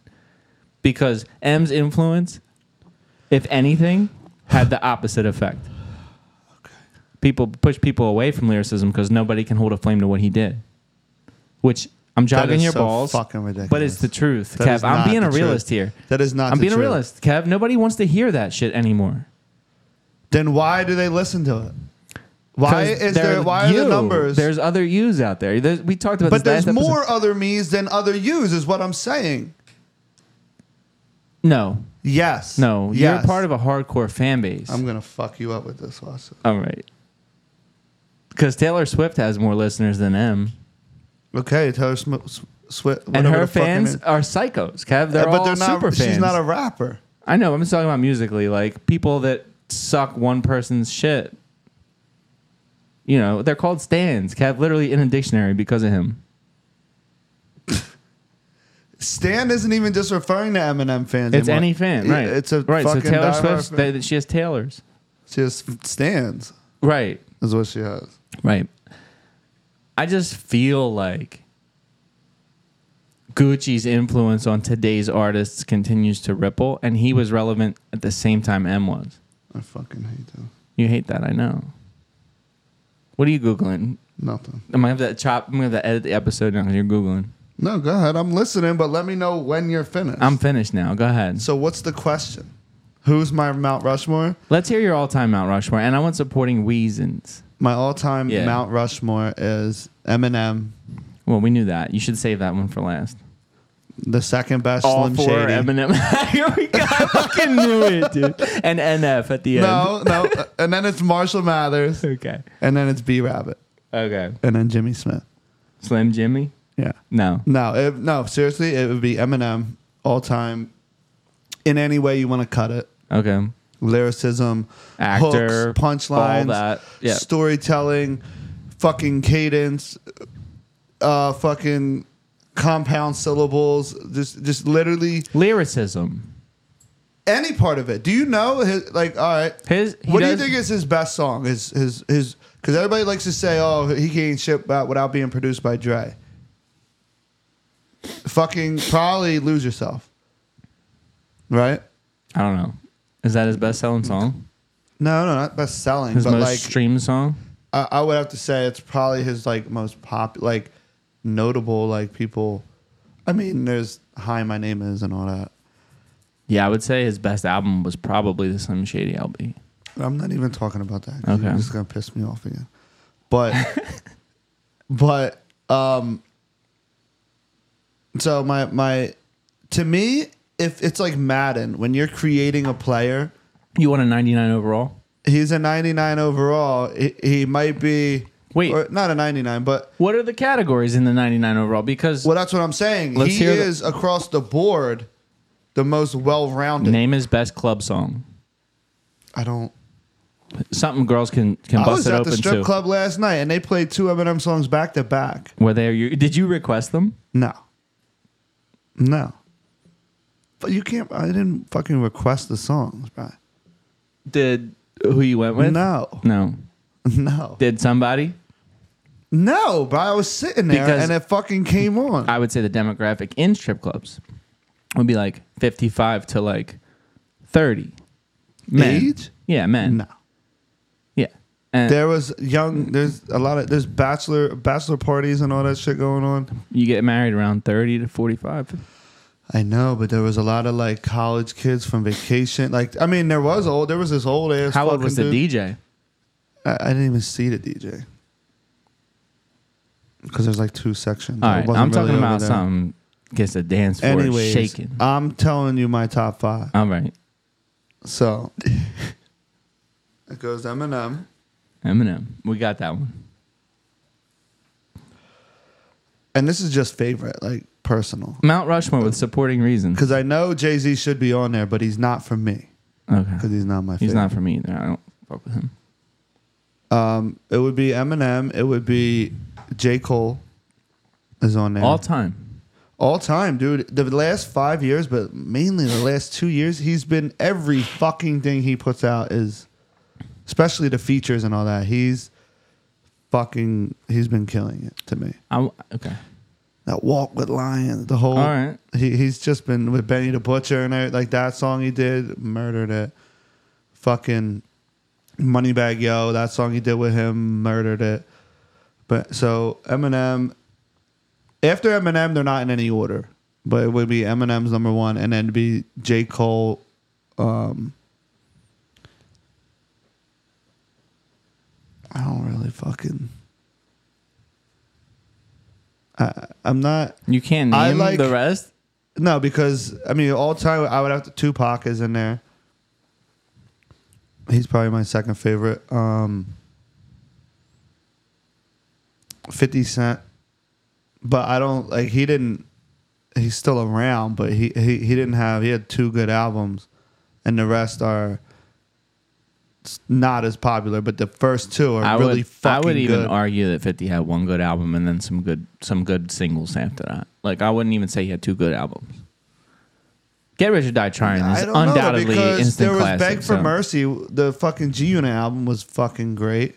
S3: because M's influence, if anything, had the opposite effect. People push people away from lyricism because nobody can hold a flame to what he did. Which I'm jogging
S4: is
S3: your
S4: so
S3: balls,
S4: fucking ridiculous.
S3: but it's the truth,
S4: That is
S3: Kev. I'm
S4: not
S3: being
S4: the
S3: a realist here.
S4: truth. That is not.
S3: I'm
S4: the
S3: being a
S4: truth.
S3: realist, Kev. Nobody wants to hear that shit anymore.
S4: Then why do they listen to it? Why
S3: 'Cause
S4: is
S3: they're
S4: there? Why are
S3: you.
S4: the numbers?
S3: There's other yous out there. There's, we talked about
S4: but
S3: this
S4: there's
S3: last episode.
S4: more other me's than other yous, is what I'm saying.
S3: No,
S4: Yes.
S3: No,
S4: Yes.
S3: you're part of a hardcore fan base.
S4: I'm gonna fuck you up with this, Watson.
S3: All right. Because Taylor Swift has more listeners than M,
S4: Okay, Taylor Swift. Sw- Swi-
S3: and
S4: whatever
S3: her
S4: the fucking
S3: fans
S4: it-
S3: are psychos. Kev, they're
S4: Uh, but
S3: all
S4: they're not.
S3: super fans.
S4: She's not a rapper.
S3: I know. I'm just talking about musically, like people that suck one person's shit. You know, they're called stands. Kev, literally in a dictionary because of him.
S4: Stan isn't even just referring to Eminem fans.
S3: It's
S4: anymore.
S3: any fan, right?
S4: It's a
S3: right. So
S4: Fucking
S3: Taylor
S4: diehard
S3: Swift,
S4: fan.
S3: they, she has Taylors.
S4: she has stands.
S3: Right.
S4: Is what she has.
S3: Right. I just feel like Gucci's influence on today's artists continues to ripple, and he was relevant at the same time M was.
S4: I fucking hate them.
S3: You hate that, I know. What are you googling?
S4: Nothing.
S3: I'm gonna have to chop. I'm gonna have to edit the episode now. 'cause You're googling.
S4: No, go ahead. I'm listening, but let me know when you're finished.
S3: I'm finished now. Go ahead.
S4: so what's the question? Who's my Mount Rushmore?
S3: Let's hear your all-time Mount Rushmore, and I want supporting reasons.
S4: My all-time
S3: Yeah.
S4: Mount Rushmore is Eminem,
S3: Well, we knew that. You should save that one for last.
S4: the second best Slim
S3: four
S4: Shady.
S3: Eminem. Here we go. I fucking knew it, dude. And NF at the end.
S4: No, no, uh, and then it's Marshall Mathers,
S3: Okay.
S4: and then it's B Rabbit,
S3: Okay.
S4: and then Jimmy Smith.
S3: Slim Jimmy?
S4: Yeah.
S3: No.
S4: No, it, no, seriously, it would be Eminem all time. In any way you want to cut it,
S3: Okay.
S4: lyricism,
S3: Actor,
S4: hooks, punchlines,
S3: all that. Yeah.
S4: storytelling, fucking cadence, uh, fucking compound syllables, just just literally
S3: Lyricism.
S4: any part of it. Do you know his like? All right,
S3: His he
S4: what do you
S3: does-
S4: think is his best song? His his his because everybody likes to say, oh, he can't ship out without being produced by Dre. fucking probably lose yourself. Right?
S3: I don't know. Is that his best selling song?
S4: No, no, not best selling,
S3: His
S4: but
S3: most
S4: like
S3: streamed song?
S4: I, I would have to say it's probably his like most pop, like notable, like people. I mean, there's "Hi, My Name Is" and all that.
S3: Yeah, I would say his best album was probably the Slim Shady LP.
S4: But I'm not even talking about that. 'cause You're
S3: Okay.
S4: just gonna piss me off again. But, but, um. So my my, to me, if it's like Madden, when you're creating a player,
S3: You won a 99 overall?
S4: he's a 99 overall. He, he might be
S3: Wait.
S4: or not a 99, but
S3: What are the categories in the 99 overall? Because
S4: Well, that's what I'm saying.
S3: Let's
S4: he
S3: hear the-
S4: is across the board the most well-rounded.
S3: name his best club song.
S4: I don't.
S3: Something girls can, can
S4: I
S3: bust
S4: was
S3: it
S4: at
S3: open
S4: the strip
S3: to.
S4: club last night and they played two Eminem songs back to back.
S3: Were they? You, did you request them?
S4: No, no. But you can't. I didn't fucking request the songs, bro.
S3: Did who you went with?
S4: No,
S3: No.
S4: no,
S3: Did somebody?
S4: no, bro. I was sitting there
S3: Because-
S4: and it fucking came on.
S3: I would say the demographic in strip clubs would be like 55 to like 30. Men.
S4: Age?
S3: Yeah, men.
S4: no.
S3: Yeah. And
S4: There was young. There's a lot of there's bachelor bachelor parties and all that shit going on.
S3: you get married around 30 to 45.
S4: I know, but there was a lot of like college kids from vacation. Like, I mean, there was old. There was this old ass.
S3: How old was the
S4: fucking dude.
S3: DJ?
S4: I, I didn't even see the DJ because there's like two sections.
S3: All
S4: I
S3: right.
S4: wasn't
S3: I'm talking
S4: really over
S3: about
S4: there.
S3: something gets the dance floor
S4: Anyways,
S3: shaking.
S4: I'm telling you my top five.
S3: All right.
S4: So it goes Eminem.
S3: Eminem. We got that one.
S4: And this is just favorite, like personal.
S3: Mount Rushmore with supporting reasons.
S4: Because I know Jay Z should be on there, but he's not for me because
S3: Okay.
S4: he's not my favorite.
S3: He's not for me either. I don't fuck with him.
S4: Um, it would be Eminem. It would be J. Cole is on there.
S3: All time.
S4: All time, dude. The last five years, but mainly the last two years, he's been every fucking thing he puts out is, especially the features and all that. He's fucking. He's been killing it to me.
S3: I, w- okay.
S4: That walk with lions, the whole.
S3: All right.
S4: He he's just been with Benny the Butcher and everything. like that song he did, murdered it. Fucking Moneybag Yo, that song he did with him, murdered it. But so Eminem, after Eminem, they're not in any order, but it would be Eminem's number one, and then it'd be J Cole. Um, I don't really fucking. I, I'm not.
S3: You can't
S4: I
S3: name
S4: like-
S3: the rest?
S4: No, because I mean, all time I would have to. Tupac is in there. He's probably my second favorite. Um, Fifty Cent, but I don't like. He didn't. He's still around, but he he he didn't have. He had two good albums, and the rest are s- not as popular. But the first two are
S3: I
S4: really
S3: would, I
S4: fucking
S3: would even
S4: good.
S3: argue that 50 had one good album and then some good some good singles after that. Like I wouldn't even say he had two good albums. Get Rich or Die Trying is
S4: I don't know
S3: undoubtedly
S4: because
S3: instant
S4: there was
S3: classic.
S4: Beg for
S3: so-
S4: Mercy. The fucking G Unit album was fucking great.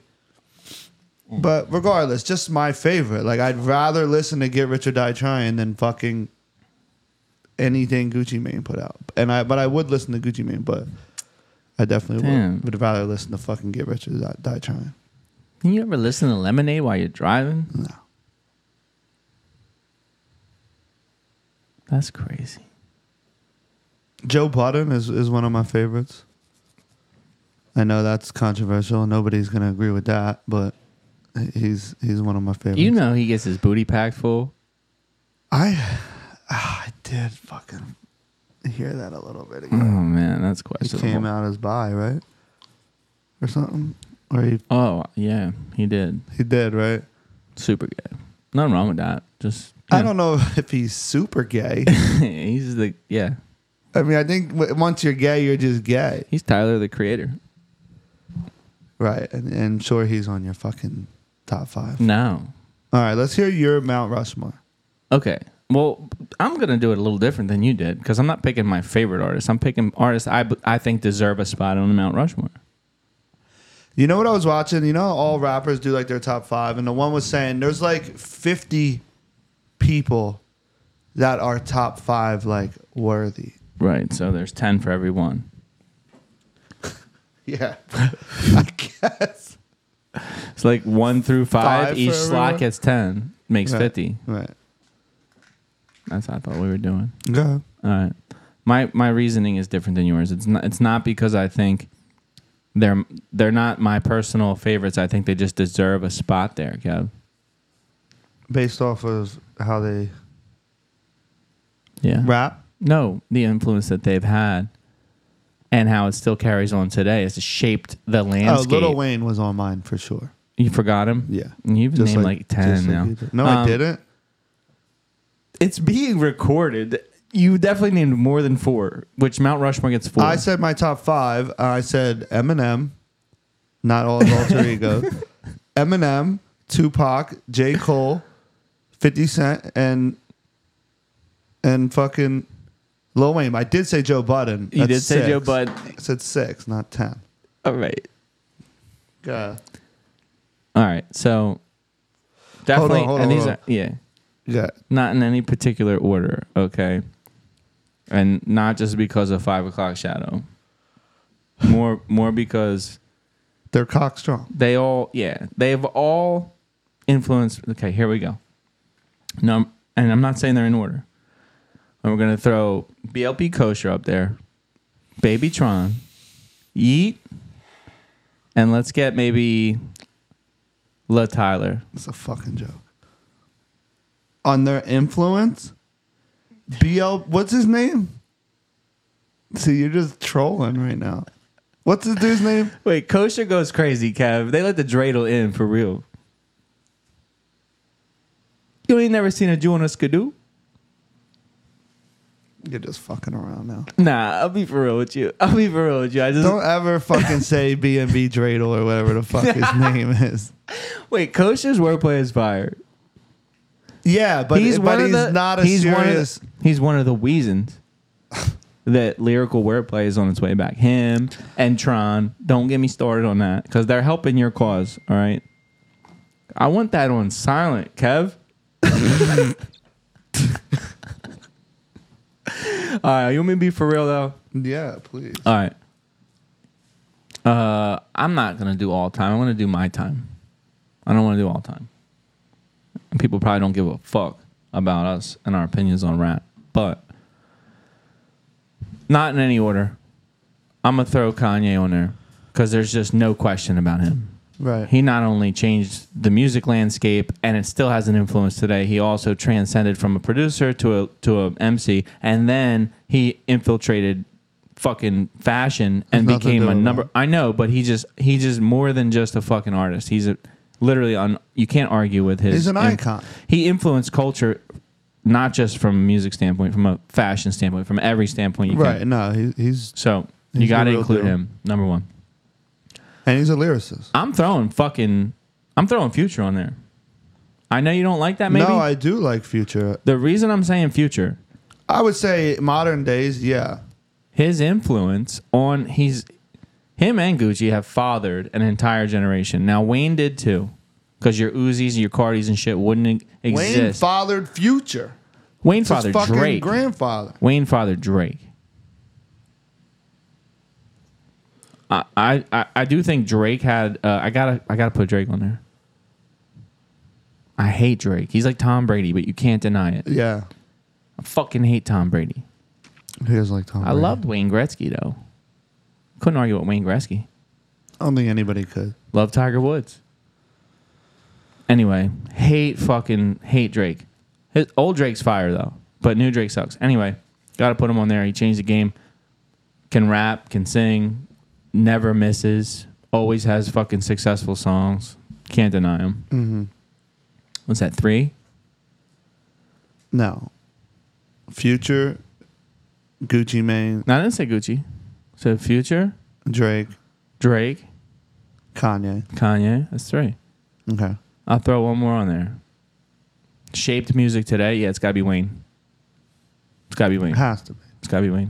S4: But regardless, just my favorite. Like I'd rather listen to Get Rich or Die Trying than fucking anything Gucci Mane put out. And I but I would listen to Gucci Mane, but I definitely
S3: Damn.
S4: would, would rather listen to fucking Get Rich or Die, Die Trying.
S3: Can you ever listen to Lemonade while you're driving?
S4: No.
S3: That's crazy.
S4: Joe Budden is, is one of my favorites. I know that's controversial. Nobody's gonna agree with that, but he's he's one of my favorites.
S3: You know he gets his booty packed full.
S4: I ah, I did fucking hear that a little bit
S3: Oh
S4: ago.
S3: man, that's
S4: He
S3: questionable.
S4: came out as bi, right? Or something? Or he
S3: Oh yeah, he did.
S4: he did, right?
S3: Super gay. Nothing wrong with that. Just
S4: I don't know if he's super gay.
S3: he's the yeah.
S4: I mean, I think w- once you're gay, you're just gay,
S3: He's Tyler the Creator.
S4: right? And, and sure, he's on your fucking top five.
S3: No.
S4: All right, let's hear your Mount Rushmore.
S3: Okay. Well, I'm gonna do it a little different than you did because I'm not picking my favorite artists. I'm picking artists I b- I think deserve a spot on the Mount Rushmore.
S4: You know what I was watching? You know how all rappers do like their top five, and the one was saying there's like 50 people that are top five like worthy.
S3: Right. So there's 10 for every one.
S4: Yeah, I guess.
S3: It's like one through five.
S4: Five
S3: each
S4: for
S3: slot
S4: everyone?
S3: gets 10, makes
S4: Right.
S3: 50.
S4: Right.
S3: That's what I thought we were doing.
S4: Go.
S3: All right. My my reasoning is different than yours. It's not it's not because I think they're they're not my personal favorites. I think they just deserve a spot there, Kev.
S4: Based off of how they
S3: Yeah.
S4: rap.
S3: No, the influence that they've had and how it still carries on today has shaped the
S4: Oh,
S3: landscape.
S4: Little Wayne was on mine for sure.
S3: You forgot him?
S4: Yeah.
S3: You've
S4: Just
S3: named like, 10
S4: just like
S3: now.
S4: you did. No, I
S3: Um,
S4: didn't.
S3: It's being recorded. You definitely named more than four, which Mount Rushmore gets four.
S4: I said my top five. I said Eminem, not all his alter ego. Eminem, Tupac, J. Cole, 50 Cent, and and fucking Lil Wayne. I did say Joe Budden.
S3: you
S4: That's
S3: did say
S4: six.
S3: Joe Bud.
S4: I said six, not ten.
S3: All right.
S4: Yeah.
S3: All right. So definitely,
S4: hold
S3: and
S4: on,
S3: these
S4: hold
S3: are yeah,
S4: Yeah.
S3: not in any particular order. Okay, and not just because of five o'clock shadow. More, more because
S4: They're cock strong.
S3: they all yeah they've all influenced. Okay, here we go. No, and I'm not saying they're in order. And we're gonna throw BLP Kosher up there, Baby Tron, Yeet, and let's get maybe La Tyler.
S4: It's a fucking joke. On their influence, BL, what's his name? See, you're just trolling right now. What's the dude's name?
S3: Wait, Kosher goes crazy, Kev. They let the dreidel in for real. You ain't never seen a Jew on a skidoo?
S4: You're just fucking around now.
S3: Nah, I'll be for real with you. I'll be for real with you. I just
S4: Don't ever fucking say B and B Dreidel or whatever the fuck his name is.
S3: wait. Kosher's wordplay is fire.
S4: Yeah, but he's, but
S3: of
S4: he's
S3: the-
S4: not a
S3: he's One
S4: serious.
S3: of the, he's one of the reasons that lyrical wordplay is on its way back. Him and Tron. Don't get me started on that because they're helping your cause. All right. I want that on silent, Kev. all right, you want me to be for real though?
S4: yeah, please.
S3: All right. Uh, I'm not gonna do all time. I want to do my time. I don't want to do all time. And people probably don't give a fuck about us and our opinions on rap, but not in any order. I'm gonna throw Kanye on there because there's just no question about him.
S4: Right.
S3: He not only changed the music landscape and it still has an influence today, he also transcended from a producer to a to a MC and then he infiltrated fucking fashion and
S4: Nothing to
S3: became
S4: do
S3: a
S4: with
S3: number
S4: that.
S3: I know, but he just he just more than just a fucking artist. He's a literally on you can't argue with his
S4: He's an
S3: in-
S4: icon.
S3: he influenced culture not just from a music standpoint, from a fashion standpoint, from every standpoint you
S4: right.
S3: can.
S4: No, he, he's
S3: So you
S4: He's the
S3: got to
S4: real
S3: include
S4: deal.
S3: him, number one.
S4: and he's a lyricist.
S3: I'm throwing fucking, I'm throwing Future on there. I know you don't like that. Maybe
S4: No, I do like Future.
S3: the reason I'm saying Future,
S4: I would say modern days. Yeah.
S3: his influence on he's him and Gucci have fathered an entire generation. Now Wayne did too, because your Uzis and your Cardis and shit wouldn't e-
S4: Wayne
S3: exist.
S4: fathered Future.
S3: Wayne
S4: It's his
S3: fathered
S4: fucking
S3: Drake.
S4: grandfather.
S3: Wayne fathered Drake. I, I, I- I do think Drake had uh, I gotta I gotta put Drake on there. I hate Drake. He's like Tom Brady, but you can't deny it.
S4: Yeah.
S3: I fucking hate Tom Brady.
S4: He doesn't like Tom.
S3: I loved Wayne Gretzky though. Couldn't argue with Wayne Gretzky.
S4: I don't think anybody could.
S3: Love Tiger Woods. Anyway, hate fucking hate Drake. His, old Drake's fire though, but new Drake sucks. Anyway, gotta put him on there. He changed the game. Can rap, can sing, never misses. Always has fucking successful songs. Can't deny him. Mm-hmm. What's that? Three?
S4: No. Future, Gucci Mane,
S3: No, I didn't say Gucci. So Future,
S4: Drake,
S3: Drake,
S4: Kanye.
S3: Kanye. That's three.
S4: Okay.
S3: I'll throw one more on there. Shaped music today. Yeah, it's gotta be Wayne. It's gotta be Wayne.
S4: It has to be.
S3: It's gotta be Wayne.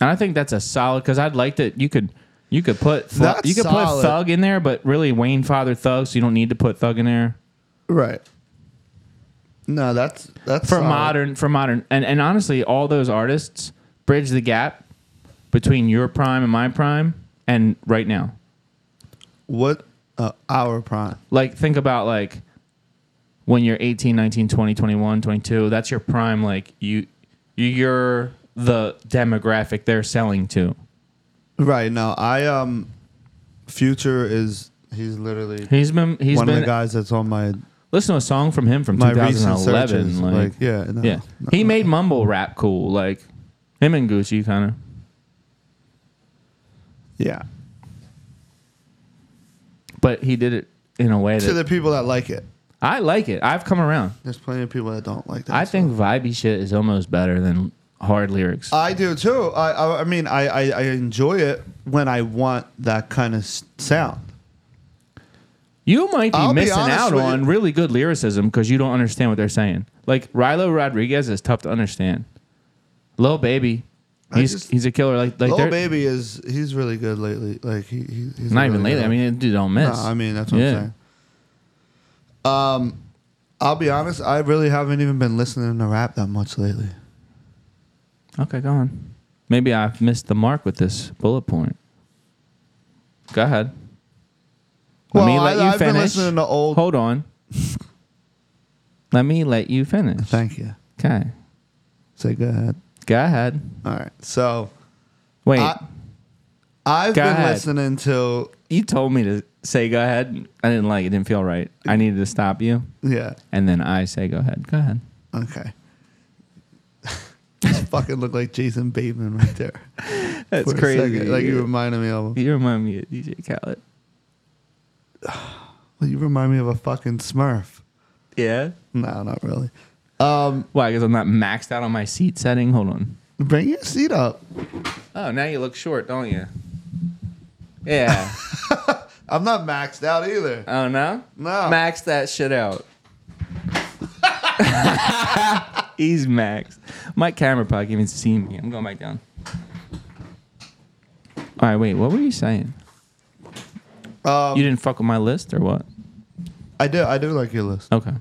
S3: And I think that's a solid because I'd like to. You could you could put Thu-
S4: That's
S3: you could put
S4: solid.
S3: Thug in there, but really Wayne Father Thug, so you don't need to put Thug in there.
S4: Right. No, that's that's uh,
S3: for
S4: solid.
S3: modern for modern and, and honestly all those artists bridge the gap between your prime and my prime and right now
S4: What uh, our prime?
S3: like think about like when you're 18 19 20 21 22 that's your prime like you you're the demographic they're selling to
S4: Right now, I um, future is he's literally
S3: he's been he's
S4: one of
S3: been
S4: the guys that's on my
S3: listen to a song from him from
S4: my recent
S3: 2011
S4: searches.
S3: like,
S4: Like, yeah, no,
S3: yeah
S4: no.
S3: he made mumble rap cool like him and gucci kind of
S4: yeah.
S3: but he did it in a way
S4: To
S3: that
S4: the people that like it,
S3: i like it i've come around
S4: there's plenty of people that don't like that.
S3: I
S4: so-
S3: think vibey shit is almost better than hard lyrics.
S4: I do too. I I, I mean I, I I enjoy it when I want that kind of s- sound.
S3: you might be
S4: I'll be
S3: missing
S4: honest
S3: out
S4: with you.
S3: on really good lyricism because you don't understand what they're saying. Like Rilo Rodriguez is tough to understand. Lil Baby,
S4: I
S3: he's
S4: just-
S3: he's a killer. Like like
S4: Lil
S3: they're
S4: baby is he's really good lately. Like he, he he's
S3: not
S4: really
S3: even lately.
S4: good.
S3: I mean, dude, don't miss.
S4: No, I mean that's what
S3: Yeah.
S4: I'm saying. Um, I'll be honest. I really haven't even been listening to rap that much lately.
S3: Okay, go on. Maybe I've missed the mark with this bullet point. Go ahead. Let me let you
S4: have been
S3: finish.
S4: listening to old.
S3: Hold on. let me let you finish.
S4: Thank you.
S3: Okay.
S4: Say go ahead.
S3: Go ahead.
S4: All right. So
S3: Wait.
S4: I, I've
S3: Go
S4: been
S3: ahead.
S4: listening to
S3: you told me to say go ahead. I didn't like it. Didn't feel right. I needed to stop you,
S4: yeah.
S3: and then I say go ahead. Go ahead.
S4: Okay. fucking look like Jason Bateman right there.
S3: That's
S4: for a second. Like you reminded me of.
S3: you remind me of DJ Khaled.
S4: Well, you remind me of a fucking Smurf.
S3: Yeah.
S4: No, not really. Um,
S3: Why? Because I'm not maxed out on my seat setting. Hold on.
S4: bring your seat up.
S3: Oh, now you look short, don't you? Yeah.
S4: I'm not maxed out either.
S3: oh no.
S4: No.
S3: Max that shit out. He's maxed. My camera probably can't even see me. I'm going back down. All right, wait. What were you saying?
S4: Um,
S3: You didn't fuck with my list or what?
S4: I do. I do like your list.
S3: Okay.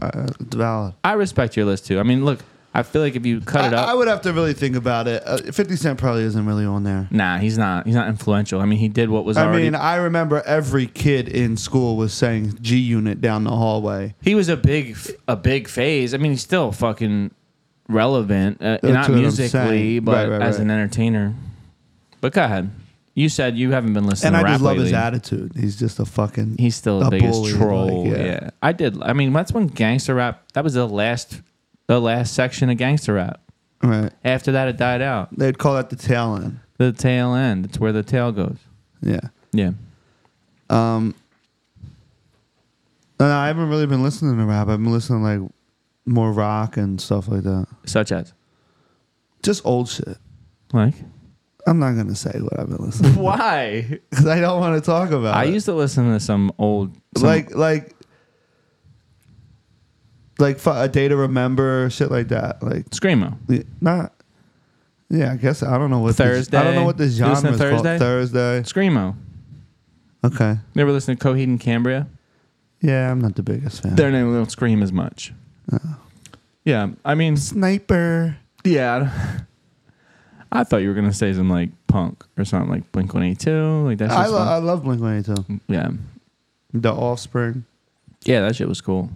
S4: Uh, it's valid.
S3: I respect your list too. I mean, look, I feel like if you cut it
S4: I,
S3: up,
S4: I would have to really think about it. Uh, Fifty Cent probably isn't really on there.
S3: nah, he's not. He's not influential. I mean, he did what was
S4: I
S3: already.
S4: mean, I remember every kid in school was saying G Unit down the hallway.
S3: he was a big, f- a big phase. I mean, he's still fucking relevant, uh,
S4: what
S3: not
S4: I'm
S3: musically,
S4: saying.
S3: but
S4: Right, right,
S3: as
S4: right.
S3: an entertainer. But go ahead. You said you haven't been listening.
S4: And
S3: to
S4: I
S3: rap
S4: just love
S3: lately.
S4: his attitude. He's just a fucking.
S3: He's still the
S4: a
S3: biggest
S4: bully,
S3: troll.
S4: like,
S3: yeah. I did. I mean, that's when gangster rap. That was the last, the last section of gangster rap.
S4: Right.
S3: After that, it died out.
S4: They'd call that the tail end.
S3: The tail end. It's where the tail goes.
S4: Yeah.
S3: Yeah.
S4: Um. and I haven't really been listening to rap. I've been listening to, like more rock and stuff like that.
S3: Such as
S4: Just old shit.
S3: like.
S4: I'm not gonna say what I've been listening to
S3: Why?
S4: because I don't want to talk about.
S3: I
S4: it.
S3: used to listen to some old some-
S4: Uh, like like like fu- a day to remember shit like that like
S3: screamo.
S4: y- not yeah i guess i don't know what
S3: Thursday.
S4: the, i don't know what the
S3: You
S4: genre
S3: listen to
S4: is
S3: Thursday?
S4: called thursday
S3: Screamo.
S4: okay
S3: You ever listen to Coheed and Cambria?
S4: yeah i'm not the biggest fan
S3: Their name don't scream as much.
S4: Oh.
S3: Yeah, I mean,
S4: sniper
S3: yeah. I don't- I thought you were gonna say some like punk or something like Blink One Eighty Two, like that.
S4: I,
S3: shit's
S4: lo- I
S3: fun.
S4: love blink 182
S3: yeah,
S4: the offspring
S3: yeah, that shit was cool.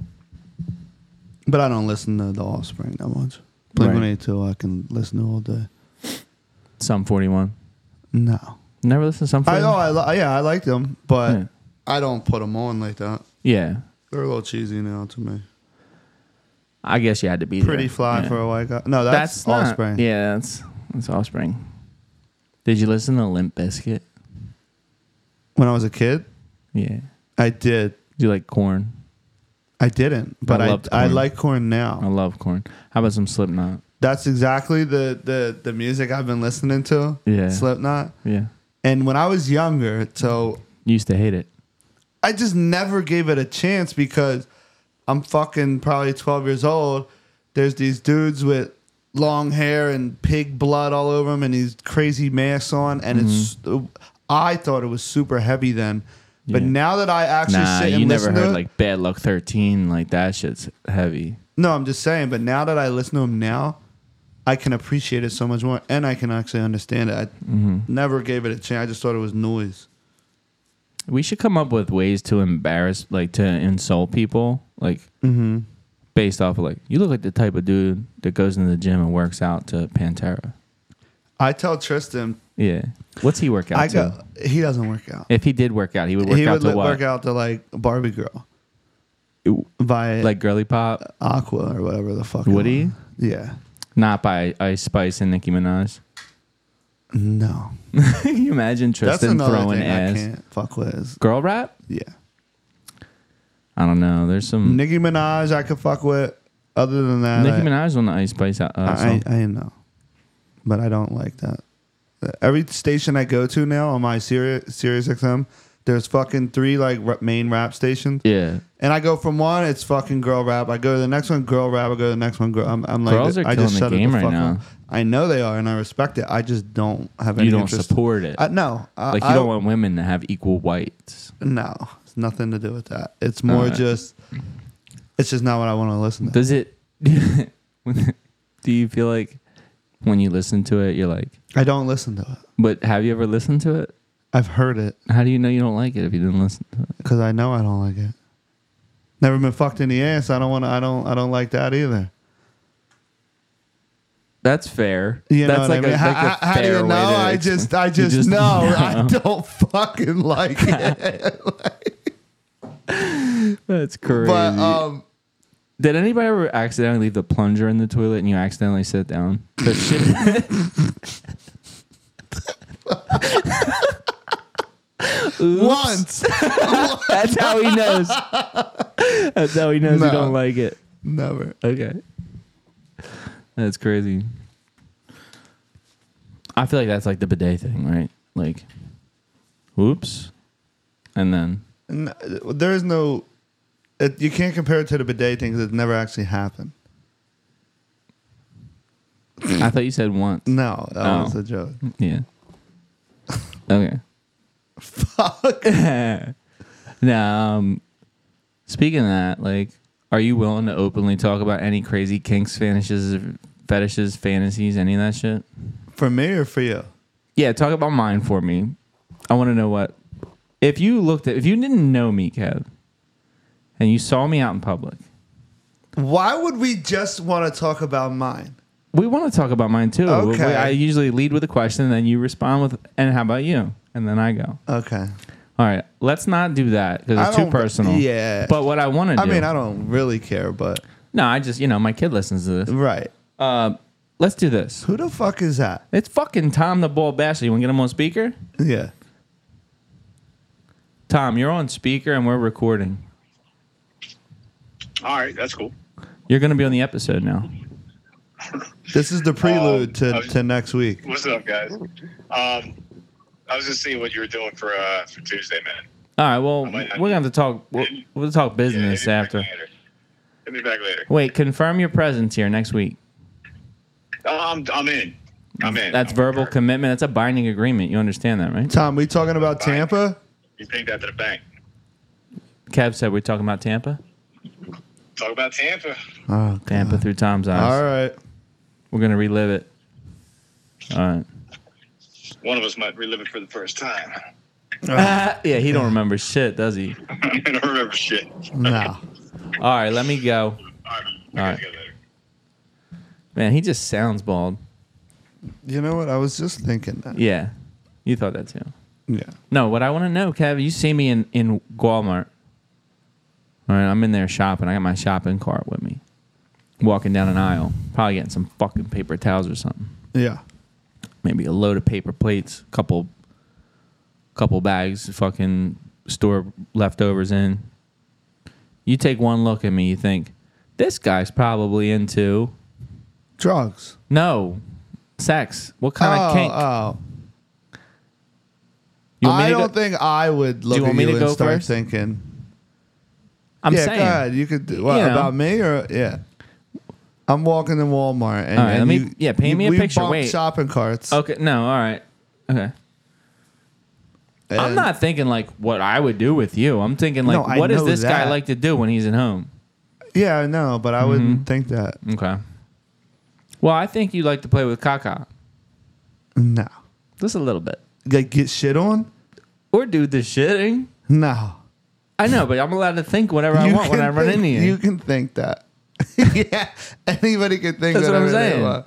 S4: but i don't listen to the offspring that much blink 182 i can listen to all day
S3: Some Forty One.
S4: no
S3: Never listened to Some
S4: i
S3: Forty
S4: know
S3: One.
S4: i li- yeah i like them but
S3: Yeah.
S4: i don't put them on like that
S3: Yeah,
S4: they're a little cheesy now to me
S3: I guess you had to be there.
S4: pretty fly
S3: Yeah.
S4: for a white guy. No, that's,
S3: That's not-
S4: Offspring.
S3: yeah, that's that's Offspring. Did you listen to Limp Biscuit?
S4: When I was a kid,
S3: Yeah.
S4: I did.
S3: Do you like corn?
S4: I didn't, but I
S3: loved
S4: I,
S3: Korn.
S4: like corn
S3: I
S4: now.
S3: love corn. How about some Slipknot?
S4: That's exactly the the the music I've been listening to.
S3: Yeah.
S4: Slipknot.
S3: Yeah.
S4: And when I was younger, so
S3: Used to hate it.
S4: I just never gave it a chance because I'm fucking probably 12 years old. There's these dudes with long hair and pig blood all over them and these crazy masks on. And it's, I thought it was super heavy then. But
S3: Mm-hmm. Yeah.
S4: now that I actually
S3: Nah,
S4: sit and
S3: you never
S4: listen to
S3: heard
S4: it,
S3: like Bad Luck 13. Like that shit's heavy.
S4: No, I'm just saying. But now that I listen to him now, I can appreciate it so much more, and I can actually understand it. I
S3: Mm-hmm.
S4: never gave it a chance. I just thought it was noise.
S3: We should come up with ways to embarrass, like to insult people, like
S4: Mm-hmm.
S3: based off of like you look like the type of dude that goes into the gym and works out to Pantera.
S4: I tell Tristan,
S3: Yeah, what's he work out
S4: I
S3: to?
S4: go. He doesn't work out.
S3: If he did work out, he would work
S4: he
S3: out
S4: would
S3: to
S4: li-
S3: what?
S4: work out to like Barbie Girl
S3: Ew.
S4: by like
S3: Like girly
S4: Uh,
S3: pop,
S4: Aqua or whatever the fuck. it
S3: Would he?
S4: was. Yeah.
S3: not by Ice Spice and Nicki Minaj.
S4: No.
S3: Can you imagine
S4: That's
S3: Tristan
S4: another
S3: throwing
S4: thing I
S3: ass
S4: can't fuck with. is-
S3: girl rap?
S4: Yeah.
S3: I don't know. There's some
S4: Nicki Minaj, I could fuck with. Other than that,
S3: Mm. Nicki
S4: I,
S3: Minaj on the Ice Spice uh,
S4: I,
S3: song.
S4: I, I know, but I don't like that. Every station I go to now on my Sirius, Sirius XM, there's fucking three like r- main rap stations,
S3: yeah,
S4: and I go from one, it's fucking girl rap. I go to the next one, girl rap. I go to the next one, girl. I'm, I'm like,
S3: Girls are
S4: I
S3: killing
S4: just
S3: the
S4: shut it
S3: game right
S4: fuck
S3: now.
S4: up. I know they are, and I respect it. I just don't have any.
S3: you don't
S4: interest.
S3: support it.
S4: I, no, I,
S3: like you
S4: I-
S3: don't want women to have equal whites.
S4: No, it's nothing to do with that. It's more
S3: Alright.
S4: just. It's just not what I want to listen to.
S3: Does it? do you feel like when you listen to it, you're like,
S4: I don't listen to it.
S3: but have you ever listened to it?
S4: I've heard it
S3: How do you know you don't like it if you didn't listen to it?
S4: because I know I don't like it. Never been fucked in the ass. I don't want to. I don't. I don't like that either.
S3: That's fair.
S4: You
S3: That's
S4: know what I mean?
S3: a,
S4: How-
S3: like a
S4: how, how do
S3: fair
S4: you
S3: way
S4: know?
S3: to
S4: I
S3: ex-
S4: just. I just,
S3: just
S4: know. I
S3: know.
S4: don't fucking like it.
S3: That's crazy.
S4: but um,
S3: Did anybody ever accidentally leave the plunger in the toilet and you accidentally sit down? The shit. Oops.
S4: once
S3: That's how he knows. That's how he knows
S4: No.
S3: you don't like it.
S4: never.
S3: Okay. That's crazy. I feel like that's like the bidet thing, right? Like, whoops. And then,
S4: N- There is no. It, you can't compare it to the bidet thing because it never actually happened.
S3: I thought you said once.
S4: No, that
S3: Oh.
S4: was a joke.
S3: Yeah. Okay.
S4: Fuck.
S3: now, um, speaking of that, like, are you willing to openly talk about any crazy kinks, fetishes, fetishes, fantasies, any of that shit?
S4: For me or for you?
S3: Yeah, talk about mine for me. I want to know what if you looked at if you didn't know me, Kev, and you saw me out in public.
S4: Why would we just want to talk about mine?
S3: We want to talk about mine too.
S4: Okay.
S3: We- I usually lead with a question, and then you respond with, "And how about you?" And then I go,
S4: Okay.
S3: "All right, let's not do that
S4: I
S3: because it's
S4: don't-
S3: too personal."
S4: yeah.
S3: But what I want to do,
S4: I mean, I don't really care, but
S3: no, I just you know my kid listens to this.
S4: right.
S3: Uh, let's do this.
S4: Who the fuck is that?
S3: It's fucking Tom the Ball Bastard. You want to get him on speaker?
S4: Yeah.
S3: Tom, you're on speaker, and we're recording.
S1: All right, that's cool.
S3: You're gonna be on the episode now.
S4: This is the prelude to,
S1: I
S3: Um,
S1: was-
S4: to next week.
S1: What's up, guys? Um, I was just seeing what you were doing for uh, for Tuesday, man.
S3: All right. Well,
S1: might not
S3: we're gonna have to talk. We'll, we'll talk
S1: Yeah,
S3: business
S1: hit me back
S3: after.
S1: later. Hit me back later.
S3: Wait, confirm your presence here next week.
S1: Um, I'm in. I'm in.
S3: That's
S1: I'm
S3: verbal
S1: in.
S3: commitment. That's a binding agreement. You understand that, right?
S4: Tom, we talking about Tampa?
S1: You take that to the bank.
S3: Kev said we're talking about Tampa.
S1: Talk about Tampa.
S4: Oh,
S3: Tampa through Tom's eyes.
S4: All right.
S3: We're gonna relive it. All right.
S1: One of us might relive it for the first time.
S3: yeah, he don't remember shit, does he?
S1: I don't remember shit.
S4: No.
S3: All right, let me go.
S1: All right. All
S3: All right.
S1: right. Later.
S3: Man, he just sounds bald.
S4: You know what? I was just thinking that.
S3: Yeah, you thought that too.
S4: Yeah.
S3: No, what I want to know, Kev, you see me in in Walmart. All right, I'm in there shopping. I got my shopping cart with me. Walking down an aisle, probably getting some fucking paper towels or something.
S4: Yeah.
S3: Maybe a load of paper plates, couple, couple bags, of fucking store leftovers in. You take one look at me, you think this guy's probably into
S4: Drugs.
S3: no sex. What kind
S4: oh,
S3: of kink?
S4: oh.
S3: you want me
S4: uh, I
S3: to go-
S4: don't think I would look
S3: you want
S4: at
S3: me
S4: you
S3: to
S4: and
S3: go
S4: start
S3: first?
S4: thinking.
S3: I'm
S4: yeah,
S3: saying.
S4: go ahead. You could do what,
S3: You know.
S4: about me or yeah. I'm walking in Walmart and,
S3: All right,
S4: and
S3: let me-
S4: you,
S3: yeah, paint
S4: you-
S3: me a
S4: we
S3: picture.
S4: bumped
S3: Wait. Oh,
S4: shopping carts.
S3: Okay. No. All right. Okay. I'm
S4: and-
S3: not thinking like what I would do with you. I'm thinking like
S4: No, I
S3: what does
S4: know
S3: this guy
S4: that.
S3: like to do when he's at home?
S4: Yeah, I know, but I
S3: Mm-hmm.
S4: wouldn't think that.
S3: Okay. Well, I think you like to play with Kaka
S4: No.
S3: just a little bit,
S4: Like get shit on?
S3: or do the shitting.
S4: No.
S3: I know, but I'm allowed to think whatever I
S4: You
S3: want when
S4: can
S3: I run
S4: think-
S3: into you.
S4: You can think that. yeah, anybody can think
S3: That's what I'm
S4: whatever they
S3: saying.
S4: want.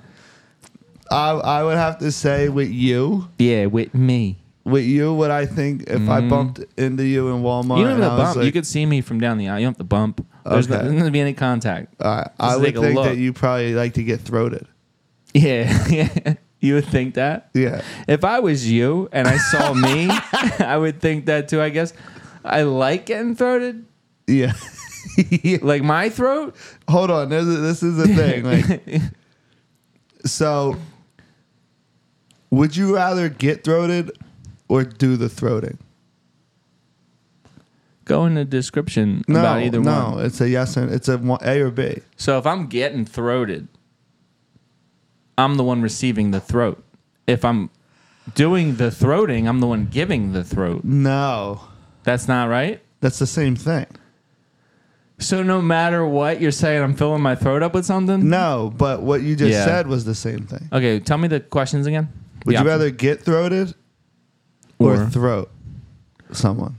S4: I I would have to say with you,
S3: yeah, with me.
S4: with you, what I think if I bumped into you in Walmart,
S3: Mm-hmm. You don't
S4: and
S3: have
S4: I
S3: to
S4: was
S3: bump.
S4: like,
S3: you could see me from down the aisle. You don't have to bump. There's
S4: Okay.
S3: not, there's not gonna be any contact.
S4: uh, I
S3: just
S4: would
S3: take a
S4: think
S3: look.
S4: that you probably like to get throated.
S3: Yeah, yeah. You would think that.
S4: Yeah,
S3: If I was you and I saw me, I would think that too. I guess I like getting throated,
S4: yeah. Yeah.
S3: like my throat.
S4: Hold on, there's a, this is the thing. Like, so, would you rather get throated or do the throating?
S3: Go in the description
S4: No,
S3: about either
S4: no,
S3: one.
S4: it's a yes and it's a one- A or B.
S3: So if I'm getting throated, I'm the one receiving the throat. If I'm doing the throating, I'm the one giving the throat.
S4: No,
S3: That's not right.
S4: that's the same thing.
S3: So no matter what you're saying, I'm filling my throat up with something.
S4: No, but what you just
S3: Yeah. Uh,
S4: said was the same thing.
S3: Okay, tell me the questions again.
S4: Would
S3: The
S4: you
S3: options.
S4: rather get throated or,
S3: Or-
S4: throat someone?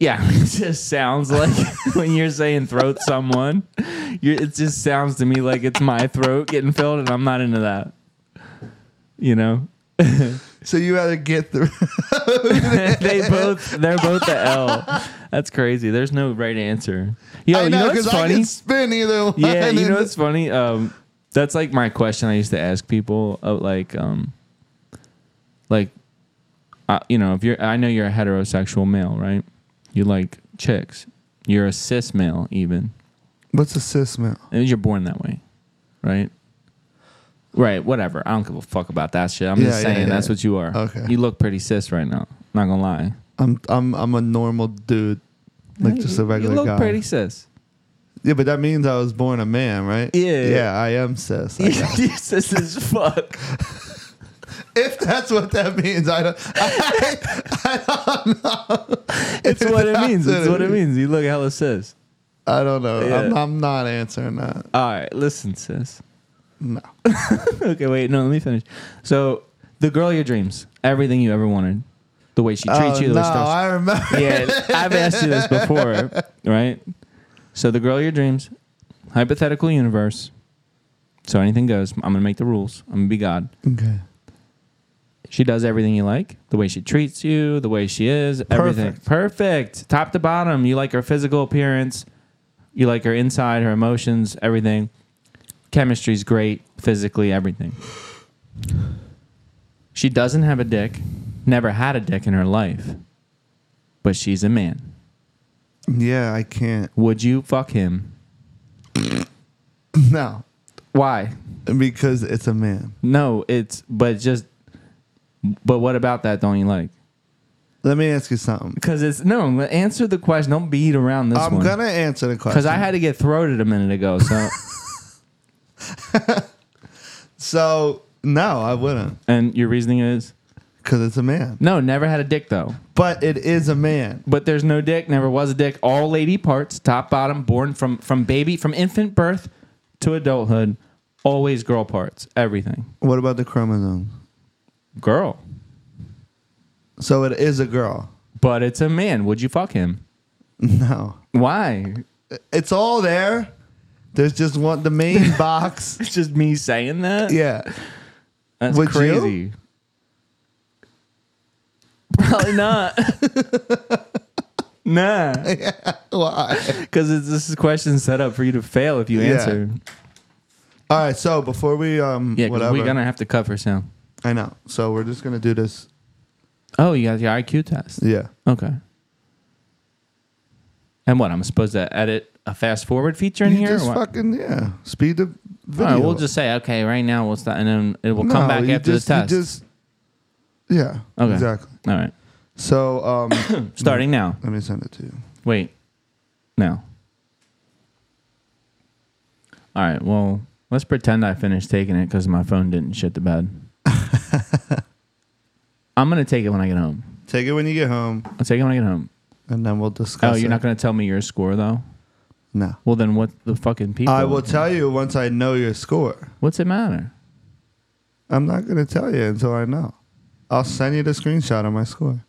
S3: Yeah, it just sounds like when you're saying throat someone, you're, it just sounds to me like it's my throat getting filled, and I'm not into that. You know,
S4: So you rather get through?
S3: they both they're both the L. That's crazy. There's no right answer. Yo,
S4: I
S3: you know what's
S4: I
S3: funny?
S4: can spin either one.
S3: yeah, you
S4: and-
S3: know what's funny? Um, that's like my question I used to ask people. Of like, um, like, uh, you know, if you're, I know you're a heterosexual male, right? You like chicks. You're a cis male, even.
S4: what's a cis male?
S3: And you're born that way, right? Right, whatever. I don't give a fuck about that shit. I'm
S4: Yeah,
S3: just
S4: yeah,
S3: saying
S4: yeah,
S3: that's
S4: yeah.
S3: what you are.
S4: Okay.
S3: You look pretty cis right now. Not gonna lie.
S4: I'm I'm I'm a normal dude, like just a regular
S3: You look
S4: guy.
S3: pretty cis.
S4: Yeah, but that means I was born a man, right?
S3: Yeah.
S4: Yeah, I am cis. I guess.
S3: you cis as fuck.
S4: if that's what that means, I don't. I, I don't know.
S3: It's what it means.
S4: That's
S3: It's what it means. You look hella cis.
S4: I don't know. I'm,
S3: Yeah.
S4: I'm not answering that.
S3: All right, listen, sis.
S4: No.
S3: okay, wait, no, let me finish. So, the girl of your dreams, everything you ever wanted, the way she treats
S4: Oh,
S3: you, the
S4: no,
S3: way she talks-
S4: I remember.
S3: yeah, I've asked you this before, right? So the girl of your dreams, hypothetical universe. So anything goes. I'm gonna make the rules. I'm gonna be God.
S4: Okay.
S3: She does everything you like. The way she treats you, the way she is, everything.
S4: Perfect.
S3: Perfect. Top to bottom. You like her physical appearance. You like her inside, her emotions, everything. Chemistry's great, physically, everything. She doesn't have a dick, never had a dick in her life, but she's a man.
S4: Yeah, I can't.
S3: Would you fuck him?
S4: No,
S3: Why?
S4: because it's a man.
S3: No, it's but just but what about that don't you like?
S4: Let me ask you something.
S3: Because it's no, answer the question. Don't beat around this
S4: I'm
S3: one.
S4: gonna answer the question.
S3: Because I had to get throated a minute ago. So
S4: so no, I wouldn't
S3: and your reasoning is
S4: because it's a man.
S3: no, never had a dick though.
S4: But it is a man.
S3: But there's no dick, never was a dick. All lady parts, top bottom, born from from baby from infant birth to adulthood, always girl parts, everything.
S4: What about the chromosome?
S3: Girl.
S4: So it is a girl.
S3: But it's a man. Would you fuck him?
S4: No,
S3: Why?
S4: it's all there. There's just one the main box.
S3: It's just me saying that.
S4: Yeah,
S3: That's
S4: Would you?
S3: crazy. Probably not. nah,
S4: Why?
S3: because this is a question set up for you to fail if you
S4: Yeah.
S3: answer.
S4: All right. So before we um
S3: Yeah, 'cause
S4: whatever
S3: we're gonna have to cut for sound.
S4: I know. So we're just gonna do this.
S3: Oh, you got your IQ test.
S4: Yeah.
S3: Okay. And what? I'm supposed to edit a fast forward feature in
S4: you
S3: here? or
S4: just
S3: what?
S4: fucking yeah. Speed the
S3: All
S4: video.
S3: right, we'll just say okay right now. We'll start, and then it will come
S4: No,
S3: back
S4: you
S3: after
S4: just-
S3: the
S4: you
S3: test.
S4: just- yeah.
S3: Okay.
S4: Exactly.
S3: All right,
S4: So um,
S3: starting now.
S4: let me send it to you.
S3: Wait. No. All right. Well, let's pretend I finished taking it because my phone didn't shit the bed. I'm gonna take it when I get home.
S4: Take it when you get home,
S3: I'll take it when I get home.
S4: and then we'll discuss.
S3: oh, you're
S4: it.
S3: not gonna tell me your score though.
S4: No.
S3: Well, then what the fucking people?
S4: I will tell you once I know your score.
S3: What's it matter?
S4: I'm not going to tell you until I know. I'll send you the screenshot of my score.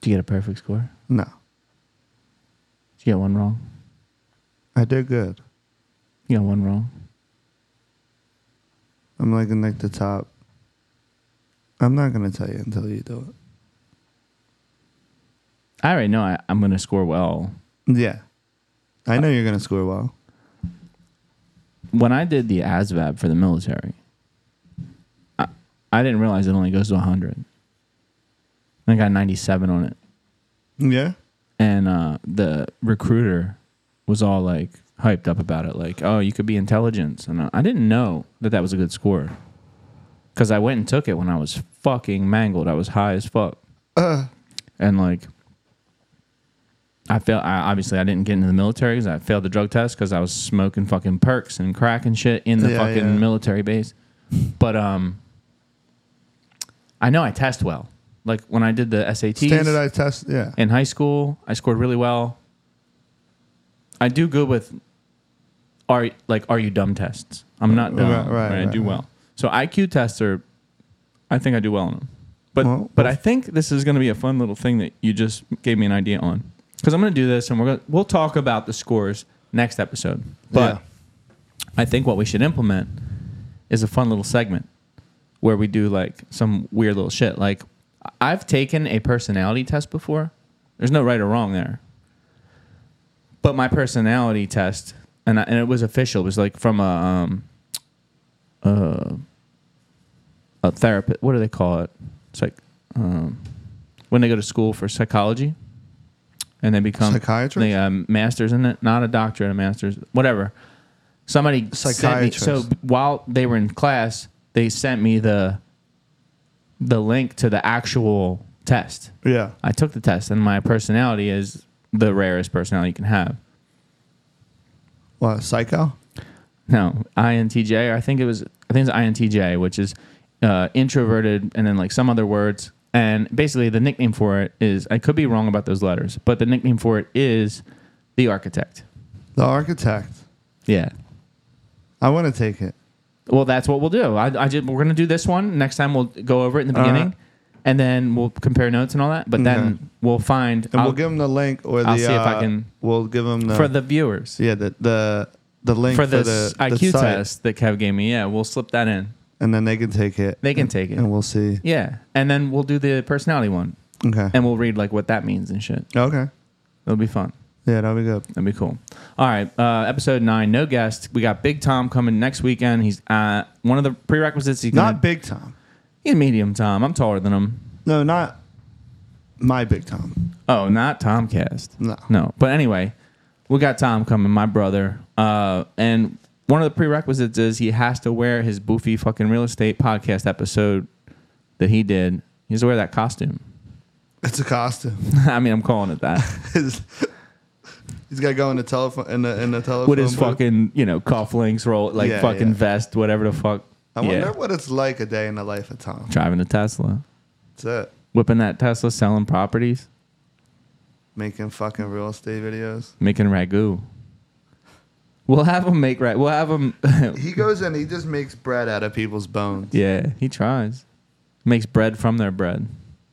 S3: Did you get a perfect score?
S4: No.
S3: Did you get one wrong?
S4: I did good.
S3: You got one wrong.
S4: I'm like in like the top. I'm not going to tell you until you do it.
S3: I already know I, I'm going to score well.
S4: Yeah. I know you're going to score well.
S3: When I did the ASVAB for the military, I, I didn't realize it only goes to 100. I got 97 on it.
S4: Yeah.
S3: and uh, the recruiter was all like hyped up about it, like, "Oh, you could be intelligence," and I, I didn't know that that was a good score because I went and took it when I was fucking mangled. I was high as fuck,
S4: Uh.
S3: and like, I felt I obviously I didn't get into the military because I failed the drug test because I was smoking fucking perks and crack and shit in the
S4: Yeah,
S3: fucking
S4: yeah.
S3: military base, but um, I know I test well. Like when I did the SATs,
S4: Standardized test. Yeah.
S3: in high school. I scored really well. I do good with are like are you dumb tests. I'm not dumb.
S4: Right,
S3: Right,
S4: right,
S3: I do
S4: right,
S3: well. So IQ tests are. I think I do well on them. But
S4: Well,
S3: but
S4: well-
S3: I think this is going to be a fun little thing that you just gave me an idea on because I'm going to do this and we're going to we'll talk about the scores next episode. But
S4: Yeah.
S3: I think what we should implement is a fun little segment where we do like some weird little shit. Like I've taken a personality test before. There's no right or wrong there. But my personality test and I, and it was official. It was like from a um uh, a therapist. What do they call it? It's like um, when they go to school for psychology and they become
S4: Psychiatrist?
S3: They um, masters in it, not a doctorate, a masters, whatever. Somebody sent me-
S4: Psychiatrist.
S3: so while they were in class, they sent me the the link to the actual test.
S4: Yeah.
S3: I took the test, and my personality is the rarest personality you can have.
S4: What? Psycho?
S3: No, INTJ. I think it was. I think it's INTJ, which is uh, introverted, and then like some other words. And basically, the nickname for it is. I could be wrong about those letters, but the nickname for it is the architect.
S4: The architect.
S3: Yeah.
S4: I want to take it.
S3: Well, that's what we'll do. I, I just, we're gonna do this one next time. We'll go over it in the
S4: All right.
S3: beginning, and then we'll compare notes and all that. But
S4: Uh-huh. Okay.
S3: then we'll find
S4: And
S3: I'll-
S4: we'll give him the link or the.
S3: I'll see if I
S4: uh,
S3: can-
S4: We'll give him the.
S3: for the viewers
S4: yeah, the, the, the link
S3: for
S4: for,
S3: this
S4: the the
S3: IQ
S4: site,
S3: test that Kev gave me. Yeah, we'll slip that in.
S4: And then they can take it.
S3: They can take it.
S4: And we'll see.
S3: Yeah, and then we'll do the personality one,
S4: Okay.
S3: and we'll read like what that means and shit.
S4: okay.
S3: It'll be fun.
S4: Yeah, that'll be good.
S3: That'd be cool. All right, uh, episode nine, no guest. We got Big Tom coming next weekend. He's uh, one of the prerequisites. He's
S4: Not
S3: gonna-
S4: big time.
S3: He's medium Tom. I'm taller than him.
S4: No, not my big time.
S3: Oh, not Tomcast.
S4: No.
S3: No. But anyway, we got Tom coming, my brother. Uh, and one of the prerequisites is he has to wear his boofy fucking real estate podcast episode that he did. He has to wear that costume.
S4: It's a costume.
S3: I mean, I'm calling it that.
S4: His- He's got to go in the telephone in the in the telephone.
S3: With his
S4: booth.
S3: fucking, you know, cufflinks, roll, like
S4: Yeah,
S3: fucking
S4: yeah.
S3: vest, whatever the fuck.
S4: I
S3: yeah.
S4: wonder what it's like a day in the life of Tom.
S3: Driving a Tesla,
S4: That's it.
S3: whipping that Tesla, selling properties,
S4: Making fucking real estate videos.
S3: making ragu. We'll have him make right. We'll have him.
S4: He goes and he just makes bread out of people's bones.
S3: yeah, he tries. Makes bread from their bread.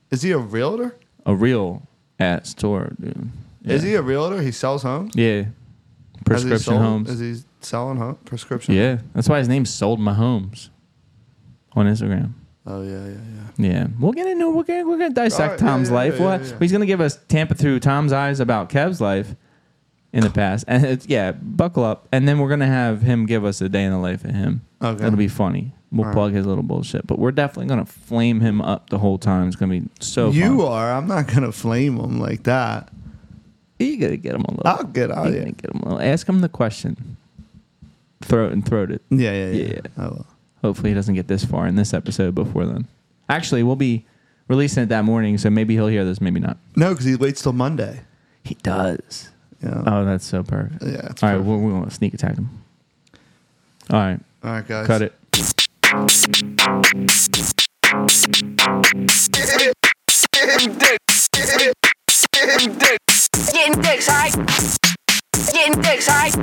S4: Is he a realtor?
S3: a real at store, dude. Yeah.
S4: Is he a realtor? He sells homes.
S3: Yeah.
S4: Has he
S3: Prescription
S4: sold-
S3: homes.
S4: Is he selling home prescription?
S3: yeah. That's why his name sold my homes on Instagram.
S4: Oh yeah, yeah, yeah.
S3: Yeah. We'll get into We're gonna, we're gonna dissect
S4: Alright, yeah,
S3: Tom's
S4: yeah,
S3: life.
S4: yeah,
S3: We'll
S4: yeah,
S3: ha-
S4: yeah.
S3: He's going to give us Tampa through Tom's eyes about Kev's life in the past. And it's, yeah, buckle up. And then we're going to have him give us a day in the life of him.
S4: Okay.
S3: It'll be funny. We'll
S4: Alright.
S3: plug his little bullshit. But we're definitely going to flame him up the whole time. It's going to be so fun.
S4: You are. I'm not gonna flame him like that.
S3: You gotta get him a little.
S4: I'll get out
S3: Oh, you gotta
S4: of here.
S3: Get him a little. Ask him the question. Throat and throat it.
S4: Yeah, yeah, yeah.
S3: Yeah, yeah.
S4: I will.
S3: Hopefully he doesn't get this far in this episode before then. Actually, we'll be releasing it that morning, so maybe he'll hear this, maybe not.
S4: No, because he waits till Monday.
S3: He does.
S4: Yeah.
S3: Oh, that's so perfect.
S4: Yeah, it's
S3: All right,
S4: perfect.
S3: we're, we're gonna sneak attack him. All right,
S4: All right, guys.
S3: cut it.
S5: Getting dicks, alright? Getting dicks, alright?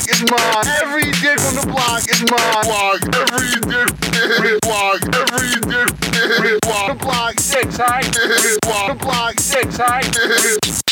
S1: is mine. Every dick on the block is mine. Block. Every dick. Block. Every dick. Block. The block. Six high. Block. The block. Six high.